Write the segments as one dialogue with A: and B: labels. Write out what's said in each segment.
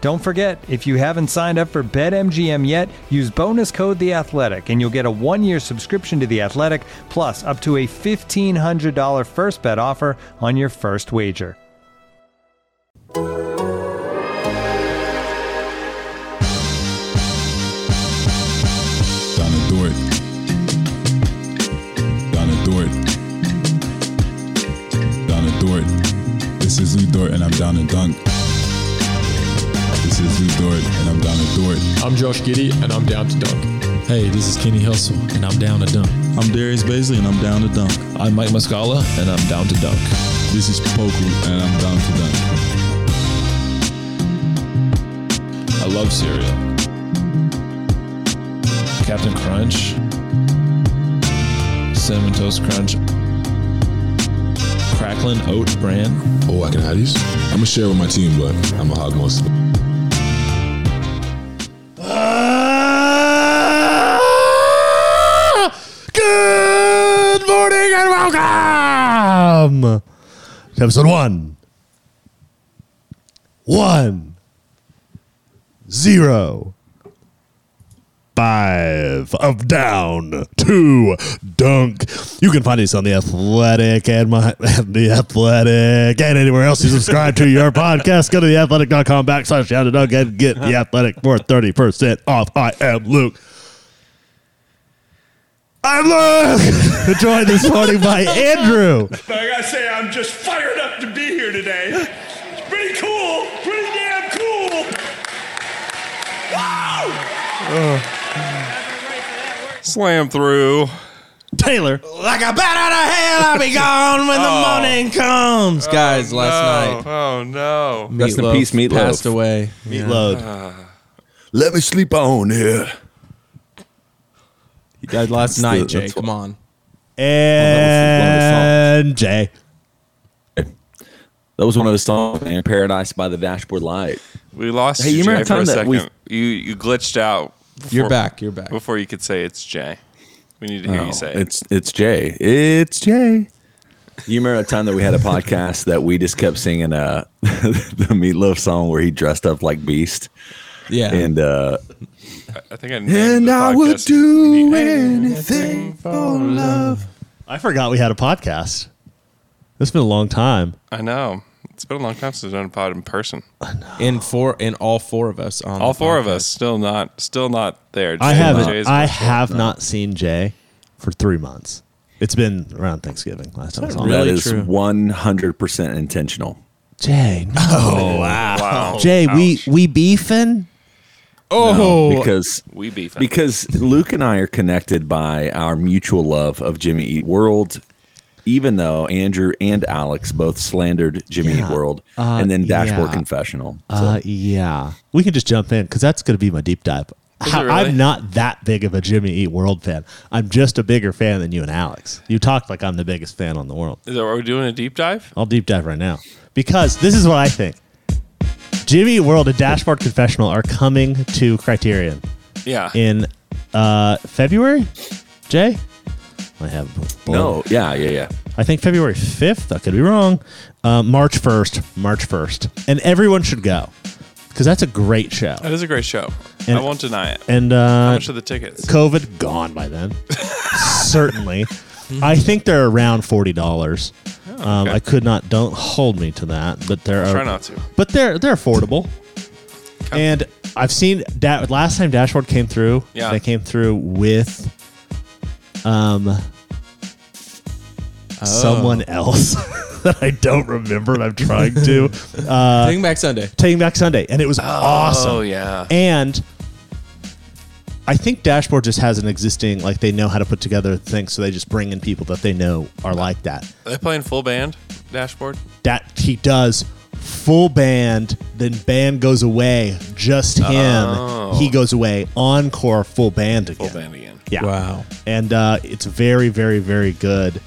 A: Don't forget, if you haven't signed up for BetMGM yet, use bonus code The Athletic, and you'll get a one-year subscription to The Athletic, plus up to a fifteen hundred dollar first bet offer on your first wager.
B: Donna Dort. Donna Dort. Donna Dort. This is Lou Dort and I'm Donna Dunk. This is Lou Dort and I'm Donna Dort.
C: I'm Josh Giddy, and I'm down to dunk.
D: Hey, this is Kenny Hustle, and I'm down to dunk.
B: I'm Darius Baisley and I'm down to dunk.
D: I'm Mike Muscala, and I'm down to dunk.
B: This is Poku and I'm down to dunk.
D: I love cereal. Captain Crunch, Cinnamon Toast Crunch, Cracklin Oat Bran.
B: Oh, I can have these? I'm gonna share with my team, but I'm gonna hog most of it.
E: Good morning and welcome to episode one. One. Zero. Five of down two dunk. You can find us on the Athletic and my the Athletic and anywhere else you subscribe to your podcast. Go to theathletic.com backslash down to dunk and get the Athletic for thirty percent off. I am Luke. I'm Luke. Joined this morning by Andrew.
F: But I gotta say, I'm just fired up to be here today. It's pretty cool, pretty damn cool. Woo!
C: Slam through.
E: Taylor. Oh.
G: Like a bat out of hell, I'll be gone when the morning comes. Guys,
C: oh,
G: last night,
C: Oh, no.
H: Rest in
G: Meatloaf
H: peace, Meatloaf.
G: passed away.
E: Meatload.
F: Let me sleep on here.
G: He died last
H: That's the-
G: night,
H: that's
G: Jay.
H: what-
G: Come on.
E: And Jay.
H: That was one of those songs, man. Paradise by the Dashboard Light.
C: We lost
H: Hey,
C: you,
H: you remember
C: Jay, for
H: the
C: a
H: time
C: second.
H: that we-
C: You, you glitched out. Before,
G: You're back. You're back.
C: Before you could say it's Jay. We need to hear
H: Oh,
C: you say it.
H: it's it's Jay. It's Jay. You remember a time that we had a podcast that we just kept singing uh the Meatloaf song where he dressed up like Beast
G: Yeah.
H: and uh
C: I think I named the podcast.
H: anything for love.
E: I forgot we had a podcast. It's been a long time.
C: I know. It's been a long time since I've done a pod in person.
G: in four, in all four of us. On
C: All
G: the
C: four of
G: podcast.
C: us still not, still not there.
E: I
C: Jay-
E: haven't.
C: Jay's-
E: I have not seen Jay for three months. It's been around Thanksgiving last time. I saw him.
H: That
G: Really
H: is
G: true.
H: one hundred percent intentional.
E: Jay, no,
C: wow.
E: Jay, we
C: Oh, Ouch.
E: we beefing.
G: Oh,
H: because
C: we beefing.
H: because Luke and I are connected by our mutual love of Jimmy Eat World, even though Andrew and Alex both slandered Jimmy
E: Yeah.
H: Eat World
E: Uh,
H: and then Dashboard
E: yeah.
H: Confessional. So,
E: Uh, yeah, we can just jump in because that's going to be my deep dive.
C: Is
E: How-
C: it really?
E: I'm not that big of a Jimmy Eat World fan. I'm just a bigger fan than you and Alex. You talked like I'm the biggest fan on the world.
C: Is that, are we doing a deep dive?
E: I'll deep dive right now because this is what I think. Jimmy Eat World and Dashboard Confessional are coming to Criterion
C: Yeah.
E: in uh, February. Jay, I have
H: no, yeah, yeah, yeah.
E: I think February 5th. I could be wrong. Uh, March 1st. March 1st. And everyone should go because that's a great show.
C: That is a great show.
E: And-
C: I won't deny it.
E: And
C: How
E: uh,
C: much are the tickets?
E: COVID gone by then. Certainly. I think they're around $40. Um,
C: Oh, okay.
E: I could not, don't hold me to that, but they're
C: Try not to.
E: But they're they're affordable. And I've seen da- last time Dashboard came through.
C: Yeah.
E: They came through with um someone
C: Oh.
E: else that I don't remember and I'm trying to. Uh
G: Taking Back Sunday.
E: Taking Back Sunday. And it was awesome.
C: Oh yeah.
E: And I think Dashboard just has an existing like they know how to put together things, so they just bring in people that they know are like that.
C: Are they playing full band dashboard?
E: That he does full band, then band goes away, just
H: Oh.
E: him. He goes away, encore, full band again.
C: Full band again.
E: Yeah.
G: Wow.
E: And uh, it's very, very, very good.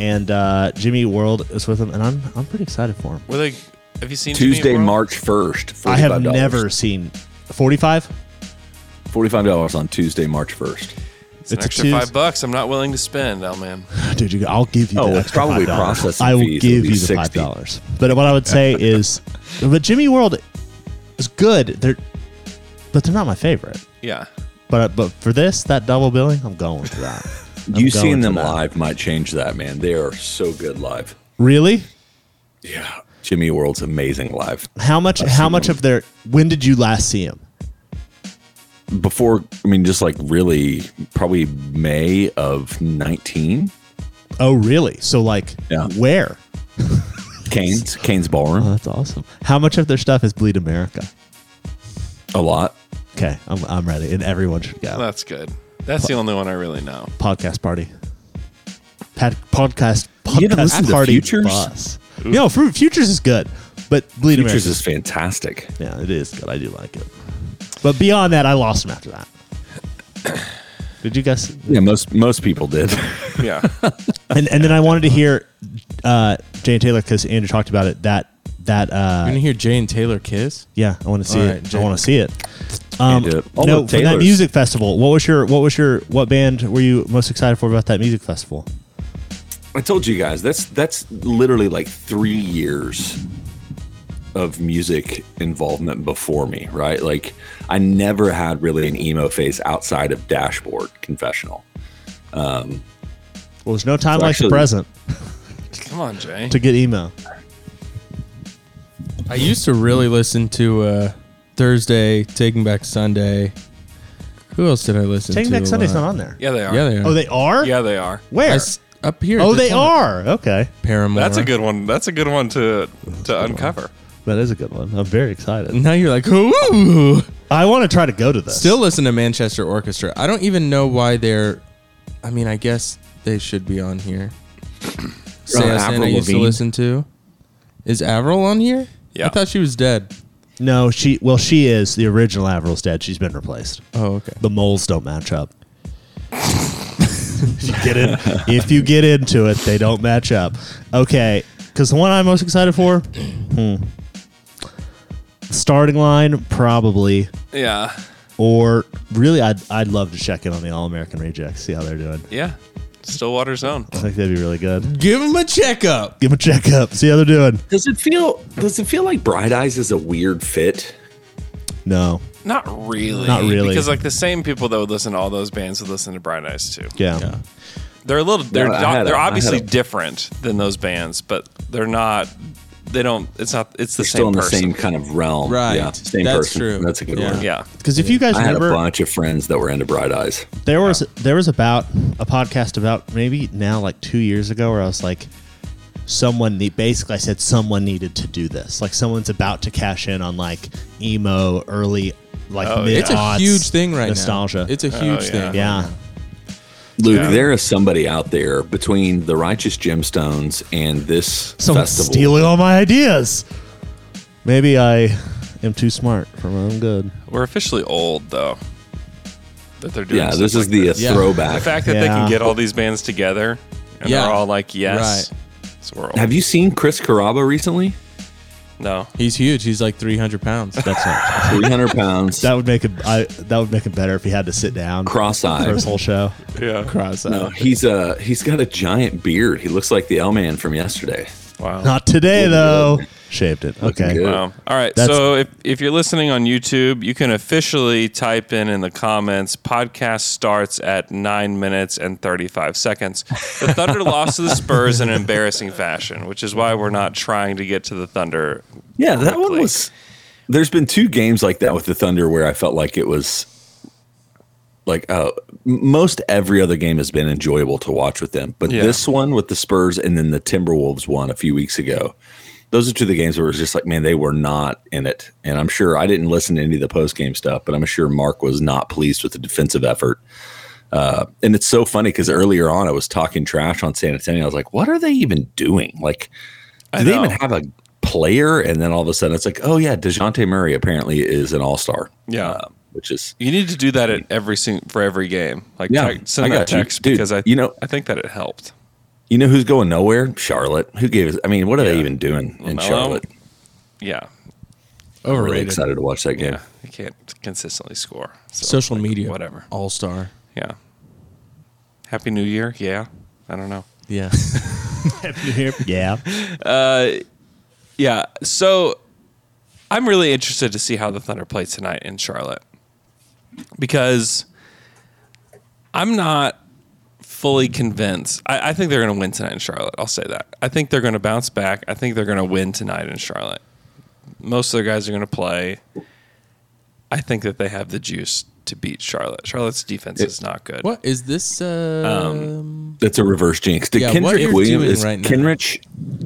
E: And uh, Jimmy World is with him, and I'm I'm pretty excited for him.
C: Were they? Have you seen
H: Tuesday,
C: Jimmy World?
H: March 1st.
E: I have
H: $45.
E: never seen 45.
H: $45 on Tuesday, March 1st.
C: It's an
E: It's a
C: extra
E: Tues-
C: five bucks. I'm not willing to spend, L man.
E: Dude, you, I'll give you.
H: Oh,
E: the
H: it's
E: extra
H: probably
E: $5.
H: processing
E: I will
H: fees. It'll
E: give
H: be
E: you the
H: 60.
E: five dollars. But what I would say is, but Jimmy World is good. They're, but they're not my favorite.
C: Yeah.
E: But uh, but for this, that double billing, I'm going to that. I'm
H: you
E: going
H: seeing
E: to
H: them
E: that.
H: live might change that, man. They are so good live.
E: Really?
H: Yeah. Jimmy World's amazing live.
E: How much? how much of their? When did you last see him?
H: Before, I mean, just like really, probably May of 19.
E: Oh, really? So like,
H: Yeah.
E: where?
H: Kane's, Kane's Ballroom.
E: Oh, that's awesome. How much of their stuff is Bleed America? Uh-huh.
H: A lot.
E: Okay, I'm I'm ready, and everyone should go.
C: That's good. That's the only one I really know.
E: podcast party. Pad, podcast podcast
H: You didn't listen to
E: party
H: Futures?
E: bus. No, Fu- Futures is good, but Bleed
H: Futures
E: America.
H: is fantastic.
E: yeah, it is good. I do like it. But beyond that, I lost him after that. Did you guys?
H: Yeah, most most people did.
C: Yeah.
E: And and then I wanted to hear uh, Jane Taylor because Andrew talked about it. That that
G: You
E: uh,
G: gonna hear Jay and Taylor kiss?
E: yeah, I want to see
G: All
E: it.
G: right,
E: I
G: Jane.
E: want to see it. Um,
H: do it. Although
E: no, for that
H: Taylor's-
E: music festival. What was your what was your what band were you most excited for about that music festival?
H: I told you guys that's that's literally like three years of music involvement before me, right? Like I never had really an emo phase outside of Dashboard Confessional.
E: Well, there's no time
H: It's
E: like
H: actually-
E: the present
C: Come on, Jay.
E: to get emo.
G: I used to really listen to uh, Thursday, Taking Back Sunday. Who else did I listen
E: Taking
G: to?
E: Back
G: a
E: Sunday's
G: lot?
E: not on there.
C: Yeah, they are.
G: uh, Yeah, they are.
E: Oh, they are.
C: Yeah, they are.
E: Where?
G: I s- up here.
E: oh,
G: at the
E: they
G: top.
E: are. Okay,
G: Paramore.
C: That's a good one. That's a good one to to uncover.
E: that is a good one. I'm very excited.
G: Now you're like, ooh.
E: I want to try to go to this.
G: Mm-hmm. Still listen to Manchester Orchestra. I don't even know why they're. I mean, I guess they should be on here. Sarah
H: Avril
G: Sand I used to
H: Lavigne.
G: listen to. Is Avril on here?
C: Yeah.
G: I thought she was dead.
E: no. She well, she is the original Avril's dead. She's been replaced.
G: Oh, okay.
E: The moles don't match up. if you get in, if you get into it, they don't match up. Okay, because the one I'm most excited for, hmm. starting line probably,
C: Yeah.
E: or really, I'd I'd love to check in on the All American Rejects, see how they're doing.
C: Yeah. Stillwater Zone.
E: I think that'd be really good.
G: Give him a checkup.
E: Give them a checkup, see how they're doing.
H: Does it feel does it feel like Bright Eyes is a weird fit?
E: No,
C: Not really.
E: Not really.
C: Because like the same people that would listen to all those bands would listen to Bright Eyes too.
E: yeah.
C: They're a little. They're
H: No, I
C: do-
H: had a-
C: they're
H: I had
C: obviously
H: a-
C: different than those bands, but they're not. They don't. It's not. It's the
H: They're
C: same
H: still in
C: person.
H: the same kind of realm.
G: Right.
H: Yeah, same
G: That's
H: person.
G: true.
H: That's a good
G: Yeah.
H: one.
C: Yeah.
E: Because if you guys
H: I had a
E: remember,
H: bunch of friends that were into Bright Eyes.
E: there was there was about a podcast about maybe now like two years ago where I was like, someone need basically I said someone needed to do this. Like someone's about to cash in on like emo early like
G: Oh,
E: mid
G: It's a huge thing right
E: nostalgia.
G: now. It's a huge
C: yeah.
G: thing.
E: yeah.
H: Luke,
C: Yeah.
H: there is somebody out there between the Righteous Gemstones and this
E: Someone's
H: festival.
E: stealing all my ideas. Maybe I am too smart for my own good.
C: We're officially old though. That they're doing.
H: yeah, this
C: stuff
H: is
C: like
H: the uh,
C: this.
G: Yeah.
H: throwback.
C: the fact that they
E: Yeah.
C: can get all these bands together and
G: Yeah.
C: they're all like, yes, so we're old.
H: Have you seen Chris Caraba recently?
C: no.
G: He's huge. He's like 300 pounds.
E: That's not.
H: 300 pounds,
E: that would make it. I that would make it better if he had to sit down for
H: cross-eyed.
E: his whole show.
C: Yeah.
G: Cross
H: No, he's uh he's got a giant beard. He looks like the L man from yesterday.
C: Wow.
E: Not today though. Shaved it.
H: Looking
E: Okay.
H: good.
C: Wow. All right.
E: That's-
C: so if, if you're listening on YouTube, you can officially type in in the comments podcast starts at nine minutes and 35 seconds. The Thunder lost to the Spurs in an embarrassing fashion, which is why we're not trying to get to the Thunder.
H: Yeah, that
C: quickly.
H: one was There's been two games like that with the Thunder where I felt like it was like uh, m- most every other game has been enjoyable to watch with them, but
C: Yeah.
H: this one with the Spurs and then the Timberwolves one a few weeks ago. Those are two of the games where it was just like, man, they were not in it. And I'm sure I didn't listen to any of the post game stuff, but I'm sure Mark was not pleased with the defensive effort. Uh, and it's so funny because earlier on I was talking trash on San Antonio. I was like, what are they even doing? Like, do they even
C: know.
H: have a player? And then all of a sudden it's like, oh yeah, DeJounte Murray apparently is an all star.
C: Yeah.
H: which is
C: You need to do that at every sing- for every game. Like
H: Yeah,
C: te- send
H: I
C: that
H: got you.
C: text
H: Dude,
C: because I
H: you know-
C: I think that it helped.
H: you know who's going nowhere? Charlotte. Who gave us I mean, what are they even doing in
C: LaMelo?
H: Charlotte?
C: Yeah,
H: I'm really
G: Overrated.
H: excited to watch that game.
C: yeah. You can't consistently score. So,
G: Social
C: like,
G: media.
C: whatever.
G: All star.
C: Yeah. Happy New Year. Yeah. I don't know.
G: Yeah.
E: yeah.
C: Yeah. So I'm really interested to see how the Thunder play tonight in Charlotte because I'm not fully convinced. I, I think they're going to win tonight in Charlotte. I'll say that. I think they're going to bounce back. I think they're going to win tonight in Charlotte. Most of their guys are going to play. I think that they have the juice to beat Charlotte. Charlotte's defense is not good.
G: what is this? Uh,
H: That's a reverse jinx. Did
G: Yeah, what
H: Kendrick
G: you're
H: Williams
G: doing
H: is
G: right now-
H: Kenrich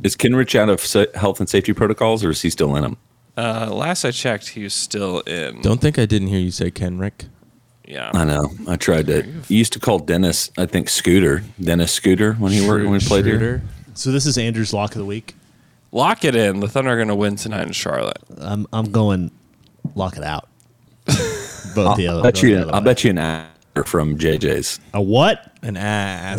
H: is Kenrich out of sa- health and safety protocols or is he still in them?
C: Uh, last I checked, he was still in.
G: don't think I didn't hear you say Kenrick.
C: yeah.
H: I know. I tried to. You used to call Dennis, I think Scooter, Dennis Scooter when he worked when we played here.
G: Schroeder.
E: So this is Andrew's lock of the week.
C: Lock it in. The Thunder are going to win tonight in Charlotte.
E: I'm I'm going lock it out. Both the
H: I'll
E: other.
H: bet
E: both the
H: you.
E: other
H: I'll
E: way.
H: bet you an actor from JJ's.
E: a what?
G: An ass.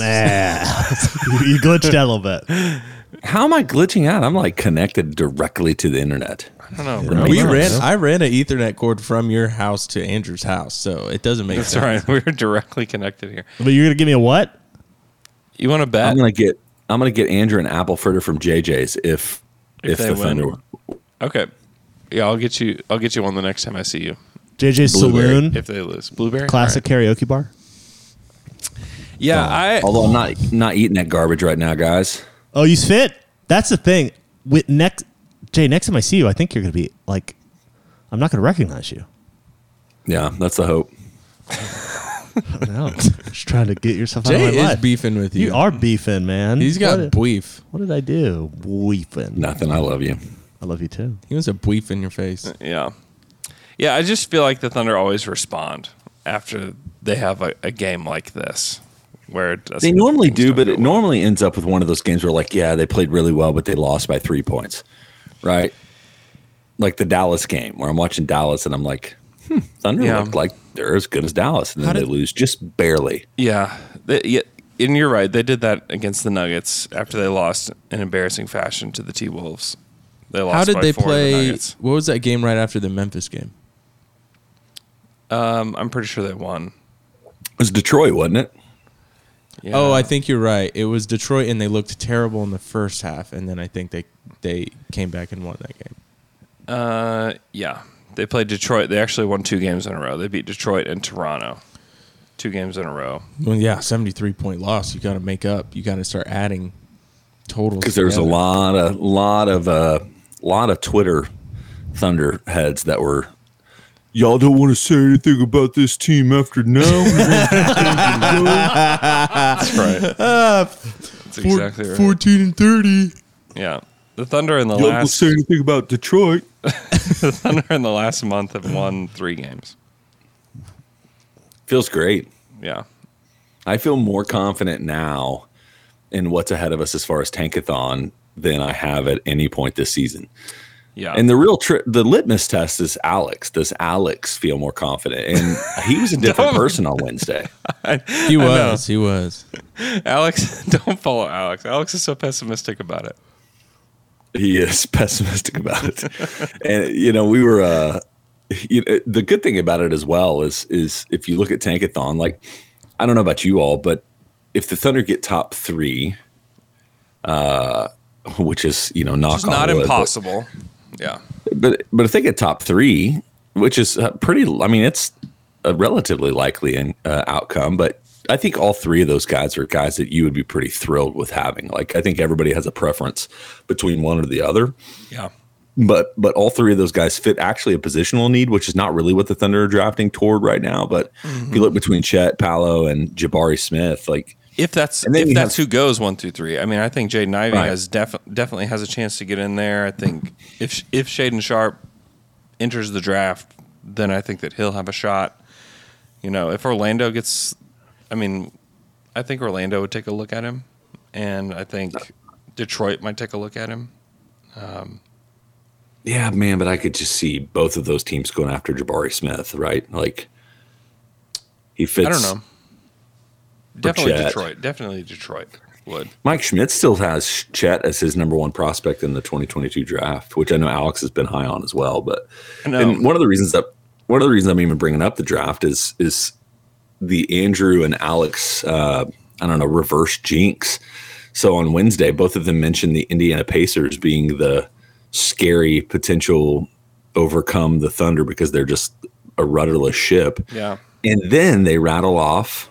E: Nah. you glitched out a little bit.
H: How am I glitching out? I'm like connected directly to the internet.
C: I don't know. bro.
G: We ran. I ran an Ethernet cord from your house to Andrew's house, so it doesn't make
C: That's
G: sense.
C: right. We're directly connected here.
E: But you're gonna give me a what?
C: You want to bet?
H: I'm gonna get. I'm gonna get Andrew and Apple Fritter from JJ's if if,
C: they
H: the
C: win.
H: Thunder.
C: okay. Yeah, I'll get you. I'll get you one the next time I see you.
E: JJ's
H: Blueberry.
E: Saloon,
C: If they lose, blueberry
E: classic
C: All
E: karaoke bar.
C: right. Yeah, I.
H: Although I'm not not eating that garbage right now, guys.
E: Oh, you fit. That's the thing. With next, Jay, next time I see you, I think you're gonna be like, I'm not gonna recognize you.
H: Yeah, that's the hope.
E: No, just trying to get yourself out
G: Jay
E: of
G: is
E: my life.
G: beefing with you.
E: you are beefing, man.
G: He's got
E: What,
G: beef.
E: what did I do? Weeping.
H: Nothing. I love you.
E: I love you too.
G: He was a beef in your face.
C: Yeah, yeah. I just feel like the Thunder always respond after they have a, a game like this, where it doesn't,
H: They normally
C: things
H: do,
C: don't
H: but
C: go
H: it
C: well.
H: normally ends up with one of those games where, like, yeah, they played really well, but they lost by three points, right? Like the Dallas game, where I'm watching Dallas and I'm like, hmm, Thunder
C: Yeah.
H: looked like they're as good as Dallas, and then
G: How
H: they
G: did-
H: lose just barely.
C: Yeah, They- yeah. And you're right. They did that against the Nuggets after they lost in embarrassing fashion to the T Wolves. They lost.
G: How did
C: by
G: they
C: four to the
G: play?
C: Nuggets.
G: what was that game right after the Memphis game?
C: I'm, I'm pretty sure they won.
H: It was Detroit, wasn't it?
C: Yeah.
G: Oh, I think you're right. It was Detroit, and they looked terrible in the first half, and then I think they they came back and won that game.
C: Yeah. They played Detroit. They actually won two games in a row. They beat Detroit and Toronto. Two games in a row.
G: Well, yeah, 73 point loss. You got to make up. You got to start adding totals.
H: Because there was a
G: together.
H: lot of lot of uh, lot of Twitter Thunder heads that were. Y'all don't want to say anything about this team after now.
C: That's right. That's exactly right.
G: 14 and 30.
C: Yeah. The Thunder in the
H: Y'all don't
C: last
H: say anything about Detroit.
C: the Thunder in the last month have won three games.
H: Feels great.
C: Yeah.
H: I feel more confident now in what's ahead of us as far as Tankathon than I have at any point this season.
C: Yeah.
H: And the real tri- the litmus test is Alex. Does Alex feel more confident? And he was a different person on Wednesday.
G: He was. He was.
C: Alex don't follow Alex. Alex is so pessimistic about it.
H: He is pessimistic about it. and you know, we were uh you know, the good thing about it as well is is if you look at Tankathon, like I don't know about you all, but if the Thunder get top three, uh, which is you know knock
C: It's
H: on
C: not
H: wood, but-
C: impossible. Yeah.
H: but but if they get top three, which is uh, pretty, I mean, it's a relatively likely in, uh, outcome. But I think all three of those guys are guys that you would be pretty thrilled with having. Like I think everybody has a preference between one or the other.
C: Yeah.
H: but but all three of those guys fit actually a positional need, which is not really what the Thunder are drafting toward right now. But if you look between Chet Palo and Jabari Smith, like
C: If that's
H: And then
C: if
H: you
C: that's
H: have-
C: who goes one through three, I mean, I think Jaden Ivey
H: Right.
C: has def- definitely has a chance to get in there. I think if if Shaden Sharp enters the draft, then I think that he'll have a shot. You know, if Orlando gets, I mean, I think Orlando would take a look at him, and I think Detroit might take a look at him.
H: yeah, man, but I could just see both of those teams going after Jabari Smith, right? Like he fits.
C: I don't know. Definitely
H: Chet.
C: Detroit. Definitely Detroit would.
H: Mike Schmidt still has Chet as his number one prospect in the 2022 draft, which I know Alex has been high on as well. But
C: know.
H: and one of the reasons that one of the reasons I'm even bringing up the draft is is the Andrew and Alex uh, I don't know reverse jinx. So on Wednesday, both of them mentioned the Indiana Pacers being the scary potential overcome the Thunder because they're just a rudderless ship.
C: Yeah.
H: And then they rattle off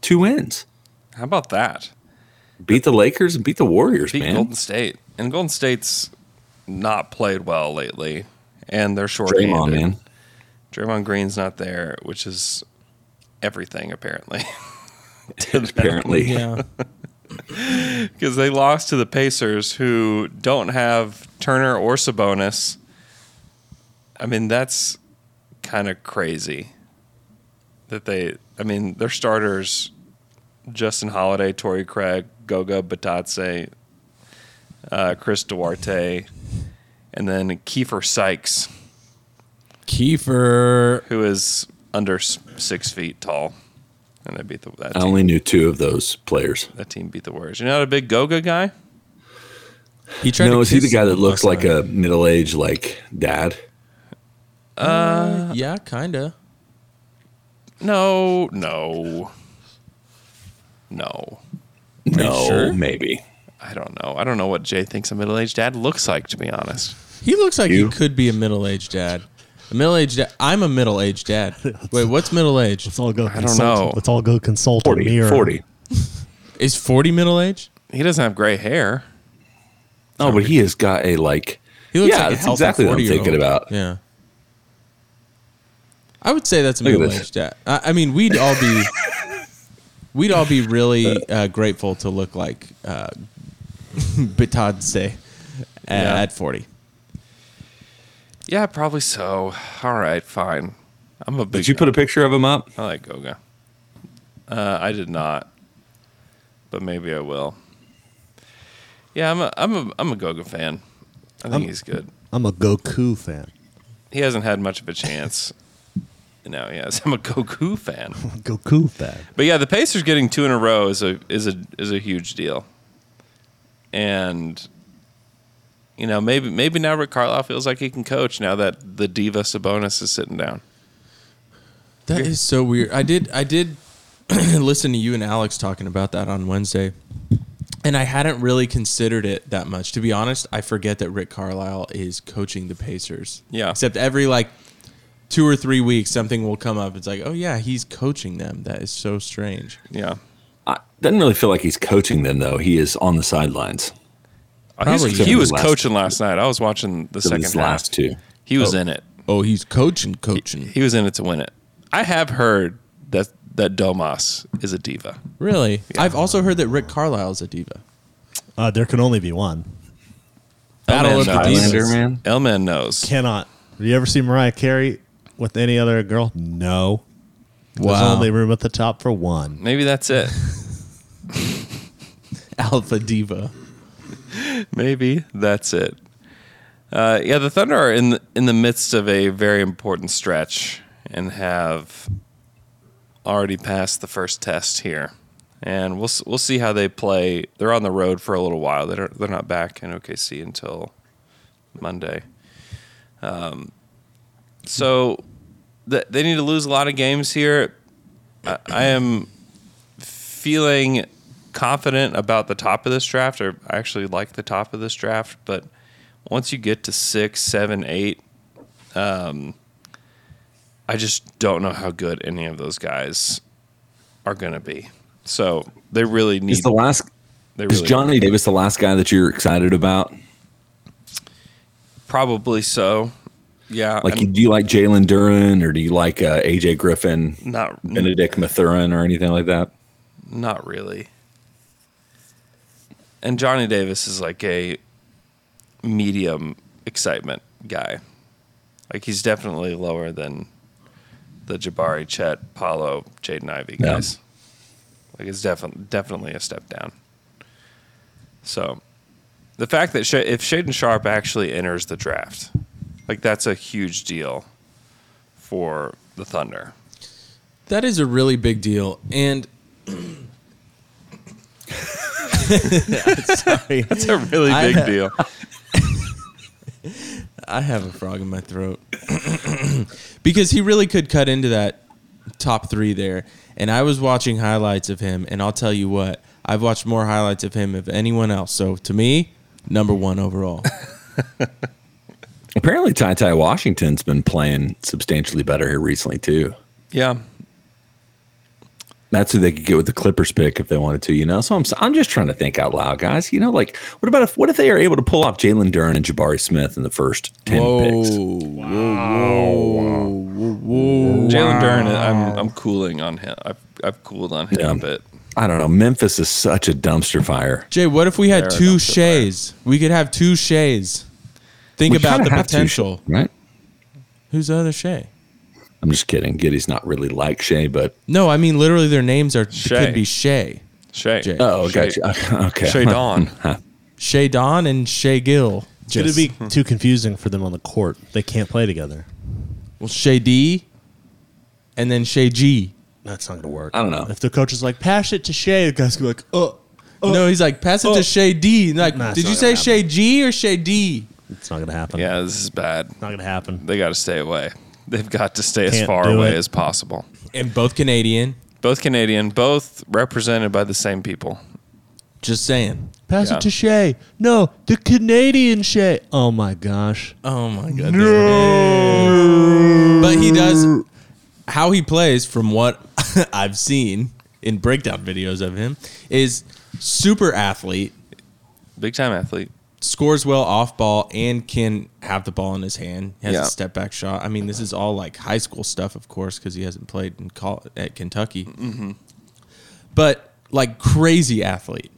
H: two wins.
C: How about that?
H: Beat the Lakers and beat the Warriors,
C: beat
H: man.
C: Golden State, and Golden State's not played well lately, and they're short.
H: Draymond, man.
C: Draymond Green's not there, which is everything apparently,
H: apparently.
G: Yeah.
C: because they lost to the Pacers, who don't have Turner or Sabonis. I mean, that's kind of crazy that they. I mean, their starters: Justin Holiday, Torrey Craig, Goga Batatse, uh, Chris Duarte, and then Kiefer Sykes,
G: Kiefer.
C: who is under s- six feet tall. And they beat the, that,
H: I
C: team,
H: only knew two of those players.
C: that team beat the Warriors. You're not a big Goga guy.
G: He tried
H: No,
G: to
H: is he the
G: kiss
H: guy that
G: him
H: looks
G: last
H: like
G: night.
H: a middle aged like dad?
G: Yeah, kinda.
C: No, no, no.
H: No,
G: sure?
H: maybe.
C: I don't know. I don't know what Jay thinks a middle-aged dad looks like. To be honest,
G: He looks like
H: You?
G: he could be a middle-aged dad. A middle-aged dad. I'm a middle-aged dad. Wait, what's middle-aged?
E: Let's all go.
C: don't
E: Consult,
C: know.
E: Let's all go consult a
H: 40.
E: mirror.
H: 40.
G: Is 40 middle-aged?
C: he doesn't have gray hair.
H: No, but he has got a like.
G: He looks
H: yeah,
G: like a
H: that's
G: healthy
H: exactly what I'm
G: 40-year-old.
H: thinking about.
G: Yeah. I would say that's a
H: Look at
G: middle aged dad. I, I mean, we'd all be, we'd all be really uh, grateful to look like uh, Batadse at,
C: Yeah.
G: at forty.
C: Yeah, probably so. All right, fine. I'm a big.
H: Did you put a picture of him up?
C: I like Goga. Uh, I did not, but maybe I will. Yeah, I'm a I'm a I'm a Goga fan. I think he's good.
E: I'm a Goku fan.
C: He hasn't had much of a chance. No, he has. I'm a Goku fan.
E: Goku fan.
C: But yeah, the Pacers getting two in a row is a is a is a huge deal. And you know, maybe maybe now Rick Carlisle feels like he can coach now that the diva Sabonis is sitting down.
G: That is so weird. I did I did listen to you and Alex talking about that on Wednesday. And I hadn't really considered it that much. To be honest, I forget that Rick Carlisle is coaching the Pacers.
C: Yeah.
G: Except every like two or three weeks something will come up. It's like, "Oh yeah, he's coaching them." That is so strange.
C: Yeah.
H: I, doesn't really feel like he's coaching them though. He is on the sidelines.
C: Oh, he's-
G: Probably.
C: he was
H: Last-
C: coaching last night. I was watching the
H: So
C: second
H: these
C: half.
H: last two.
C: He was in it.
G: Oh, he's coaching coaching.
C: He was in it to win it. I have heard that that Domas is a diva.
G: Really? I've also heard that Rick Carlisle's a diva.
E: Uh, there can onbe be one.
G: Battle of the
H: Highlander,
G: divas.
H: man.
C: Elman knows.
E: Cannot. Have you ever seen Mariah Carey with any other girl? No. There's
G: Wow.
E: only room at the top for one.
C: Maybe that's it.
G: Alpha diva.
C: Maybe that's it. Uh, yeah, the Thunder are in the, in the midst of a very important stretch and have already passed the first test here, and we'll s- we'll see how they play. They're on the road for a little while. They're they're not back in OKC until Monday. Um, so th- they need to lose a lot of games here. I, I am feeling confident about the top of this draft, or I actually like the top of this draft. But once you get to six, seven, eight, um, I just don't know how good any of those guys are going to be. So they really need.
H: Is the last
C: they
H: is
C: really-
H: Johnny Davis the last guy that you're excited about?
C: Probably so. Yeah.
H: Like,
C: and
H: do you like Jalen Duran or do you like uh, AJ Griffin,
C: not
H: Benedict Mathurin, or anything like that?
C: Not really. And Johnny Davis is like a medium excitement guy. Like he's definitely lower than the Jabari, Chet, Paulo, Jaden Ivy
H: Yeah.
C: guys. Like it's definitely definitely a step down. So the fact that Sha if Shaden Sharp actually enters the draft, like that's a huge deal for the Thunder.
G: That is a really big deal. And
C: It's a really
G: I-
C: big deal.
G: I have a frog in my throat because he really could cut into that top three there. And I was watching highlights of him, and I'll tell you what, I've watched more highlights of him of anyone else. So to me, number one overall.
H: Apparently, Ty Ty Washington's been playing substantially better here recently, too.
C: Yeah.
H: That's who they could get with the Clippers pick if they wanted to, you know. So I'm I'm just trying to think out loud, guys. You know, like what about if what if they are able to pull off Jalen Duran and Jabari Smith in the first ten picks?
C: Jalen Duran, I'm I'm cooling on him. I've I've cooled on him
H: Yeah.
C: a bit.
H: I don't know. Memphis is such a dumpster fire.
G: Jay, what if we had
C: Fair
G: two
C: enough, fair.
G: Shays? We could have two Shays. Think
H: We
G: about
H: kinda
G: the
H: have to,
G: potential.
H: right?
G: Who's the other Shay?
H: I'm just kidding. Giddy's not really like Shea, but
G: No, I mean literally their names are
C: Shay.
G: could be Shay,
C: Shay.
G: Jay.
H: oh,
C: Shay-
H: gotcha. Okay, Ah,
C: Shay Dawn.
G: Shay Don and Shay Gill.
E: It'd
G: Just-
E: be too confusing for them on the court. They can't play together.
G: well Shay D, and then Shay G.
E: That's not gonna work.
H: I don't know.
E: If the coach is like, pass it to Shea, the guy's gonna be like, uh." oh,
G: no, he's like, pass it to Shay D. And Like,
E: Nah, it's
G: did
E: not
G: you
E: gonna
G: say Shay G or Shay D?
E: it's not gonna happen.
C: Yeah, this is bad.
E: Not gonna happen.
C: They got to stay away. They've got to stay as
E: Can't
C: far
E: do
C: away
E: it.
C: as possible.
G: And both Canadian.
C: Both Canadian, both represented by the same people.
G: Just saying.
E: Pass
C: Yeah.
E: it to Shea. No, the Canadian Shea. Oh my gosh.
G: Oh my god. But he does how he plays from what I've seen in breakdown videos of him is super athlete,
C: Big time athlete.
G: scores well off ball and can have the ball in his hand. Has
C: Yeah.
G: a step back shot. I mean, this is all like high school stuff, of course, because he hasn't played in call at Kentucky.
C: Mm-hmm.
G: But like crazy athlete,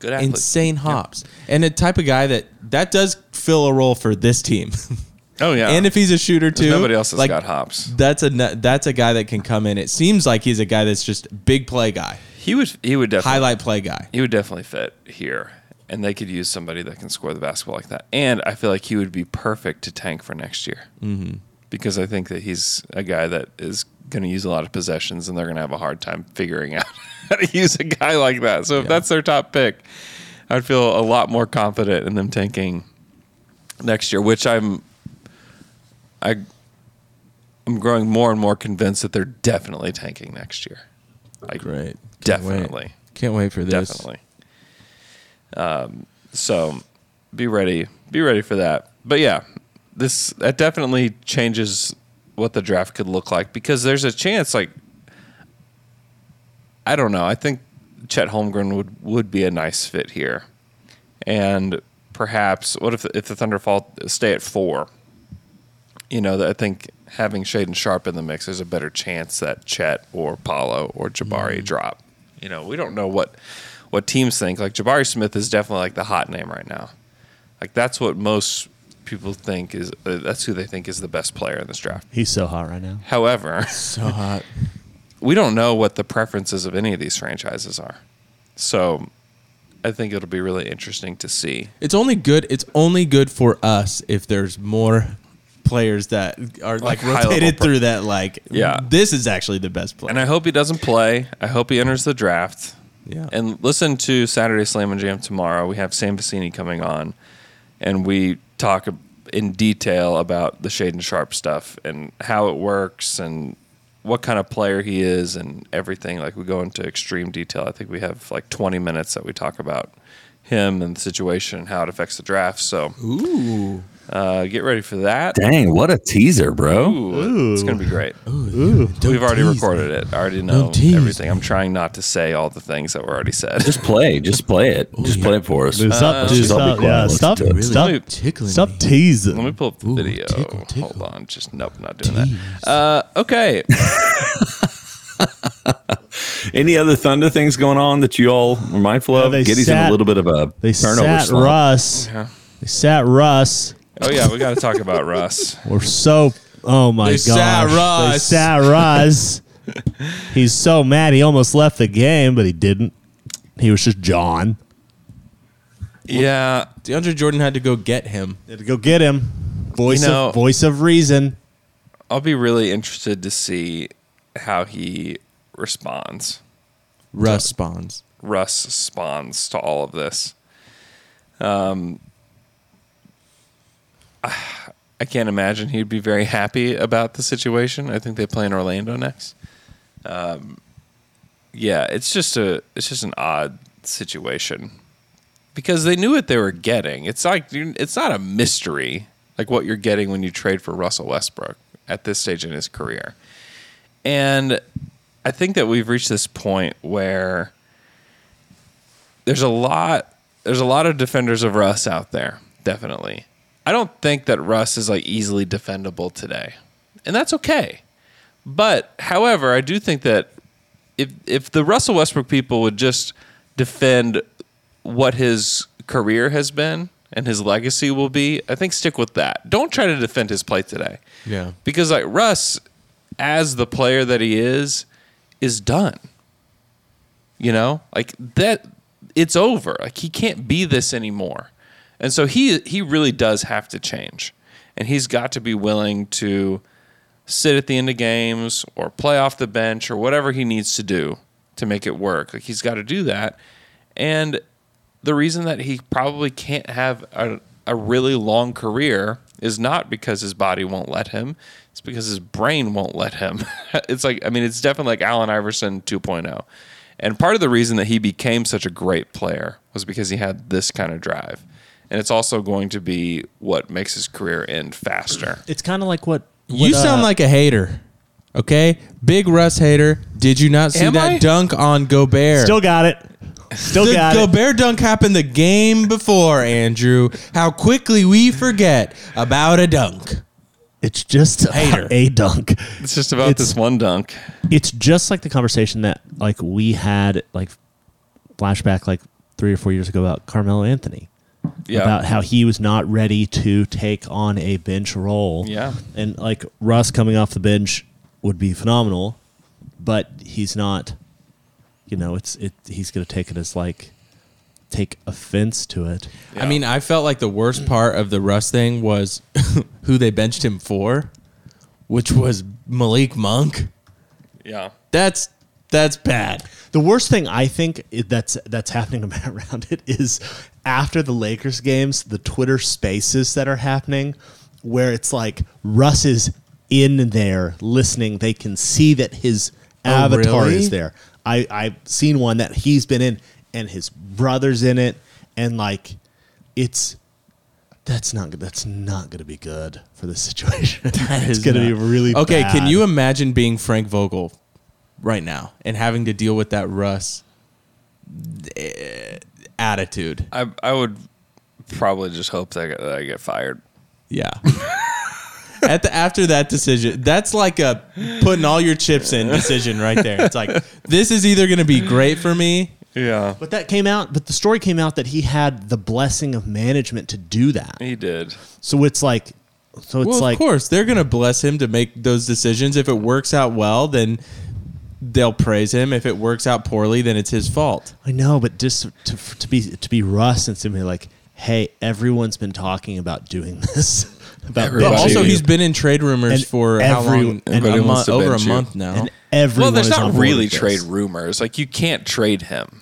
C: Good athlete.
G: insane hops, and a type of guy that that does fill a role for this team.
C: oh yeah.
G: and if he's a shooter too,
C: nobody else has
G: like,
C: got hops,
G: That's a nu- that's a guy that can come in. It seems like he's a guy that's just big play guy,
C: he would he would definitely
G: highlight play guy.
C: he would definitely fit here. And they could use somebody that can score the basketball like that. And I feel like he would be perfect to tank for next year. Mm-hmm. Because I think that he's a guy that is going to use a lot of possessions and they're going to have a hard time figuring out how to use a guy like that. So if that's their top pick, I'd feel a lot more confident in them tanking next year, which I'm. I, I'm growing more and more convinced that they're definitely tanking next year. Like,
G: Great, Can't wait.
C: Definitely.
G: Can't wait for this.
C: Definitely. Um, so be ready. Be ready for that. But yeah, this that definitely changes what the draft could look like because there's a chance like I don't know. I think Chet Holmgren would would be a nice fit here. And perhaps what if if the Thunder fall stay at 4? You know, that I think having Shaden Sharp in the mix, there's a better chance that Chet or Paulo or Jabari drop. You know, we don't know what what teams think. Like Jabari Smith is definitely like the hot name right now. Like that's what most people think is uh, that's who they think is the best player in this draft.
E: He's so hot right now.
C: However,
G: So hot.
C: we don't know what the preferences of any of these franchises are. So I think it'll be really interesting to see.
G: It's only good. It's only good for us if there's more players that are
C: Like
G: like,
C: high-level
G: rotated
C: pro-
G: through that. Like,
C: Yeah.
G: this is actually the best player.
C: And I hope he doesn't play. I hope he enters the draft.
G: Yeah.
C: And listen to Saturday Slam and Jam tomorrow. We have Sam Vicini coming on, and we talk in detail about the Shade and Sharp stuff and how it works and what kind of player he is and everything. Like we go into extreme detail. I think we have like 20 minutes that we talk about him and the situation and how it affects the draft. So
G: Ooh,
C: Uh, get ready for that.
H: Dang, what a teaser, bro.
C: Ooh, it's gonna be great. We've already recorded it. I already know
G: Don't tease
C: everything. I'm trying not to say all the things that were already said.
H: Just play. Just play it. Just play it for us.
E: Dude,
G: Uh,
E: stop, dude,
H: just all be
E: stop,
H: quiet
E: yeah,
H: and listen
E: stop,
H: to it. uh, Really?
E: stop,
C: Let me-
G: tickling
E: stop
G: me.
E: teasing.
C: Let me pull up the
G: Ooh,
C: video.
G: tickle, tickle.
C: Hold on. Just nope, not doing that. Uh, okay.
H: Any other Thunder things going on that you all were mindful of?
E: they
H: Giddy's in
E: sat-
H: a little bit of a
E: They
H: turnover
E: sat
H: slump.
E: Russ.
C: Yeah.
E: They sat Russ.
C: Oh yeah, we got to talk about Russ.
E: We're so. Oh my
G: They
E: gosh.
G: sat
E: They
G: Russ.
E: sat Russ. He's so mad. He almost left the game, but he didn't. He was just John.
C: Yeah,
G: DeAndre Jordan had to go get him.
E: Had to go get him. Voice
C: You know-
E: of voice of reason.
C: I'll be really interested to see how he responds.
G: Russ spawns.
C: Russ responds to all of this. Um, I can't imagine he'd be very happy about the situation. I think they play in Orlando next. Um, yeah, it's just a it's just an odd situation because they knew what they were getting. It's like you- it's not a mystery like what you're getting when you trade for Russell Westbrook at this stage in his career. And I think that we've reached this point where there's a lot there's a lot of defenders of Russ out there, definitely. I don't think that Russ is like easily defendable today. And that's okay. But however, I do think that if if the Russell Westbrook people would just defend what his career has been and his legacy will be, I think stick with that. Don't try to defend his play today.
G: Yeah.
C: Because like Russ as the player that he is is done. You know? Like that it's over. Like he can't be this anymore. And so he he really does have to change. And he's got to be willing to sit at the end of games or play off the bench or whatever he needs to do to make it work. Like he's got to do that. And the reason that he probably can't have a, a really long career is not because his body won't let him. It's because his brain won't let him. it's like I mean, it's definitely like Allen Iverson 2.0. And part of the reason that he became such a great player was because he had this kind of drive. And it's also going to be what makes his career end faster.
E: It's kind of like what, uh,
G: You sound like a hater. Okay, big Russ hater. Did you not see
C: Am
G: that
C: I?
G: dunk on Gobert?
E: still got it. Still
G: the
E: got it.
G: Gobert dunk happened the game before, Andrew. How quickly we forget about a dunk.
E: It's just
G: Hater.
E: about a dunk.
C: It's just about
E: It's-
C: this one dunk.
E: It's just like the conversation that like we had like flashback like three or four years ago about Carmelo Anthony.
C: Yeah.
E: about how he was not ready to take on a bench role.
C: Yeah.
E: And like Russ coming off the bench would be phenomenal, but he's not you know, it's it he's gonna take it as like take offense to it.
G: I mean, I felt like the
E: Mm.
G: worst part of the Russ thing was who they benched him for, which was Malik Monk.
C: yeah.
G: That's that's bad.
E: The worst thing I think i- that's that's happening around it is after the Lakers games, the Twitter spaces that are happening where it's like Russ is in there listening. They can see that his avatar
G: Oh, really?
E: is there. I, I've seen one that he's been in and his brother's in it and like it's that's not good. That's not going to be good for this situation. it's going to be really
G: Okay, can
E: bad.
G: you imagine being Frank Vogel right now and having to deal with that Russ eh, attitude?
C: I I would probably just hope that I get, that I get fired.
G: Yeah. At the, after that decision, that's like a putting all your chips in decision right there. It's like this is either going to be great for me.
C: Yeah.
E: But that came out, but the story came out that he had the blessing of management to do that.
C: He did.
E: So it's like, so it's
G: well,
E: like,
G: of course, they're going to bless him to make those decisions. If it works out well, then they'll praise him. If it works out poorly, then it's his fault.
E: I know, but just to, to be, to be Russ and simply like, Hey, everyone's been talking about doing this. about
H: Everybody.
E: benching
G: Also,
H: Dude.
E: you.
G: he's been in trade rumors
E: And
G: for how
E: every-
G: long?
E: and-
G: a
H: Everybody wants
G: month,
H: to
G: over a
H: bench you.
G: month now.
E: and everyone
C: well, there's
E: is on
C: not
E: board
C: really
E: with this.
C: trade rumors. Like you can't trade him.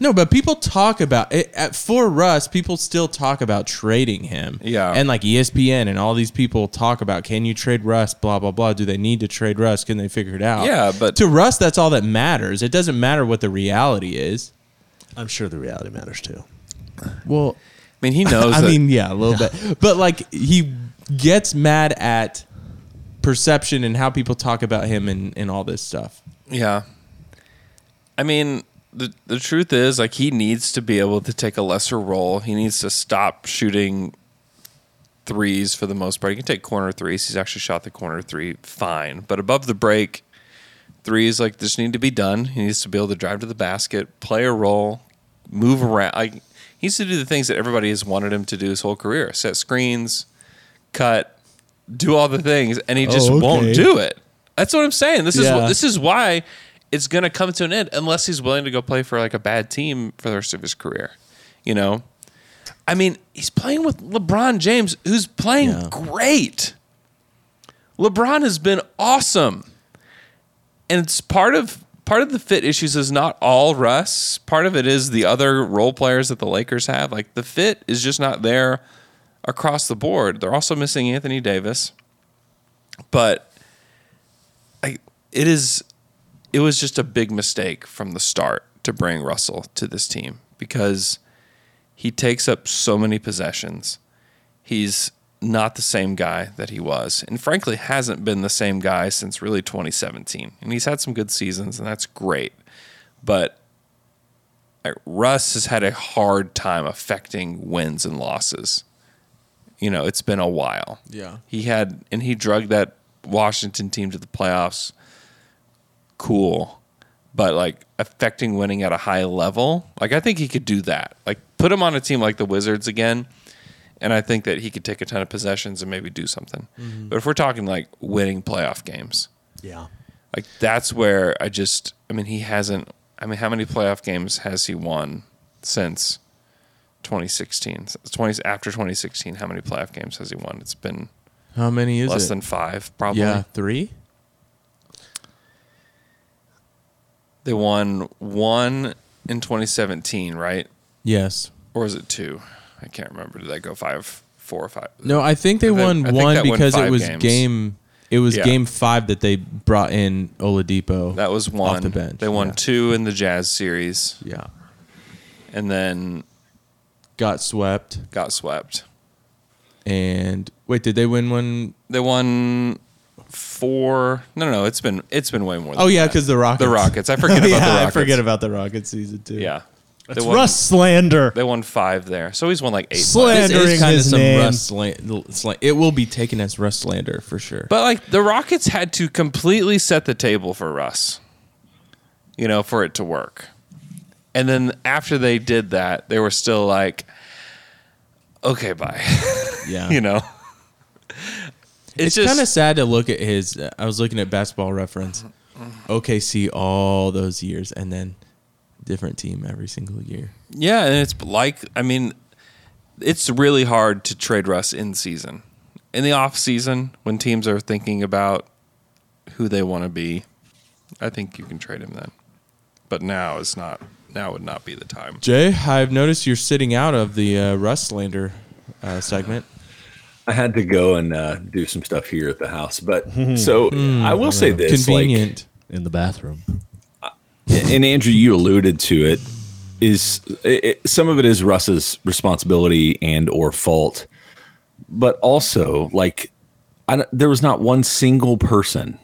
G: No, but people talk about it at, for Russ. People still talk about trading him.
C: Yeah.
G: and like E ESPN and all these people talk about can you trade Russ? Blah blah blah. Do they need to trade Russ? Can they figure it out?
C: Yeah, but-
G: to Russ, that's all that matters. It doesn't matter what the reality is.
E: I'm sure the reality matters too.
G: Well,
C: mean, he knows.
G: I
C: that-
G: mean, yeah, a little bit. But like he gets mad at perception and how people talk about him and, and all this stuff.
C: yeah. I mean, the the truth is, like, he needs to be able to take a lesser role. He needs to stop shooting threes for the most part. He can take corner threes. He's actually shot the corner three fine, but above the break, threes like just need to be done. He needs to be able to drive to the basket, play a role, move around. Like, he needs to do the things that everybody has wanted him to do his whole career: set screens, cut, do all the things, and he just won't
E: Oh, okay.
C: do it. That's what I'm saying. This is
E: Yeah.
C: wh- this is why it's going to come to an end unless he's willing to go play for like a bad team for the rest of his career. You know, I mean, he's playing with LeBron James, who's playing great. LeBron has been awesome. And it's part of part of the fit issues is not all Russ. Part of it is the other role players that the Lakers have. Like the fit is just not there across the board. They're also missing Anthony Davis. But I it is it was just a big mistake from the start to bring Russell to this team because he takes up so many possessions. He's not the same guy that he was, and frankly, hasn't been the same guy since really 2017. And he's had some good seasons, and that's great. But uh, Russ has had a hard time affecting wins and losses. You know, it's been a while.
G: Yeah.
C: He had, and he drugged that Washington team to the playoffs. Cool but like affecting winning at a high level. Like I think he could do that. Like put him on a team like the Wizards again, and I think that he could take a ton of possessions and maybe do something.
G: Mm-hmm.
C: But if we're talking like winning playoff games,
E: Yeah.
C: like that's where I just I mean he hasn't I mean how many playoff games has he won since 2016? 20 after 2016, how many playoff games has he won? It's been
G: How many is
C: less
G: it?
C: than 5 probably.
G: yeah, three.
C: They won one in 2017, right?
G: Yes.
C: or was it two? I can't remember. Did that go five, four, or five?
G: No, I think they
C: I think- I
G: won
C: think
G: one
C: that won
G: because
C: five
G: it was
C: games.
G: game. It was
C: Yeah.
G: game five that they brought in Oladipo.
C: That was one.
G: off the bench.
C: They won
G: yeah.
C: two in the Jazz series,
G: Yeah,
C: and then
G: got swept.
C: got swept.
G: And wait, did they win one?
C: They won four. No, no, no. It's been it's been way more. Than
G: Oh yeah,
C: that.
G: because the Rockets.
C: the Rockets. I forget about
G: yeah,
C: the Rockets.
G: I forget about the Rockets season too.
C: Yeah, they
E: It's
C: won,
E: Russ slander.
C: They won five there, so he's won like eight.
E: Slam-
C: playoffs.
G: This
E: Slandering
G: is kind of
E: his
G: some
E: name.
G: Russ slan- slan- It will be taken as Russ slander for sure.
C: But like the Rockets had to completely set the table for Russ, you know, for it to work. And then after they did that, they were still like, okay, bye.
G: yeah,
C: you know,
G: it's,
C: just-
G: kind of sad to look at his. I was looking at Basketball Reference, OKC all those years, and then different team every single year.
C: yeah, and it's like I mean, it's really hard to trade Russ in season. In the off season, when teams are thinking about who they want to be, I think you can trade him then. But now it's not. Now would not be the time.
G: Jay, I've noticed you're sitting out of the uh, Russ slander uh, segment.
H: I had to go and uh, do some stuff here at the house, but
E: Hmm.
H: so I will say this: like,
G: Convenient.
E: In the bathroom.
H: and Andrew, you alluded to it. Is it, it- some of it is Russ's responsibility and or fault, but also like I, don't- there was not one single person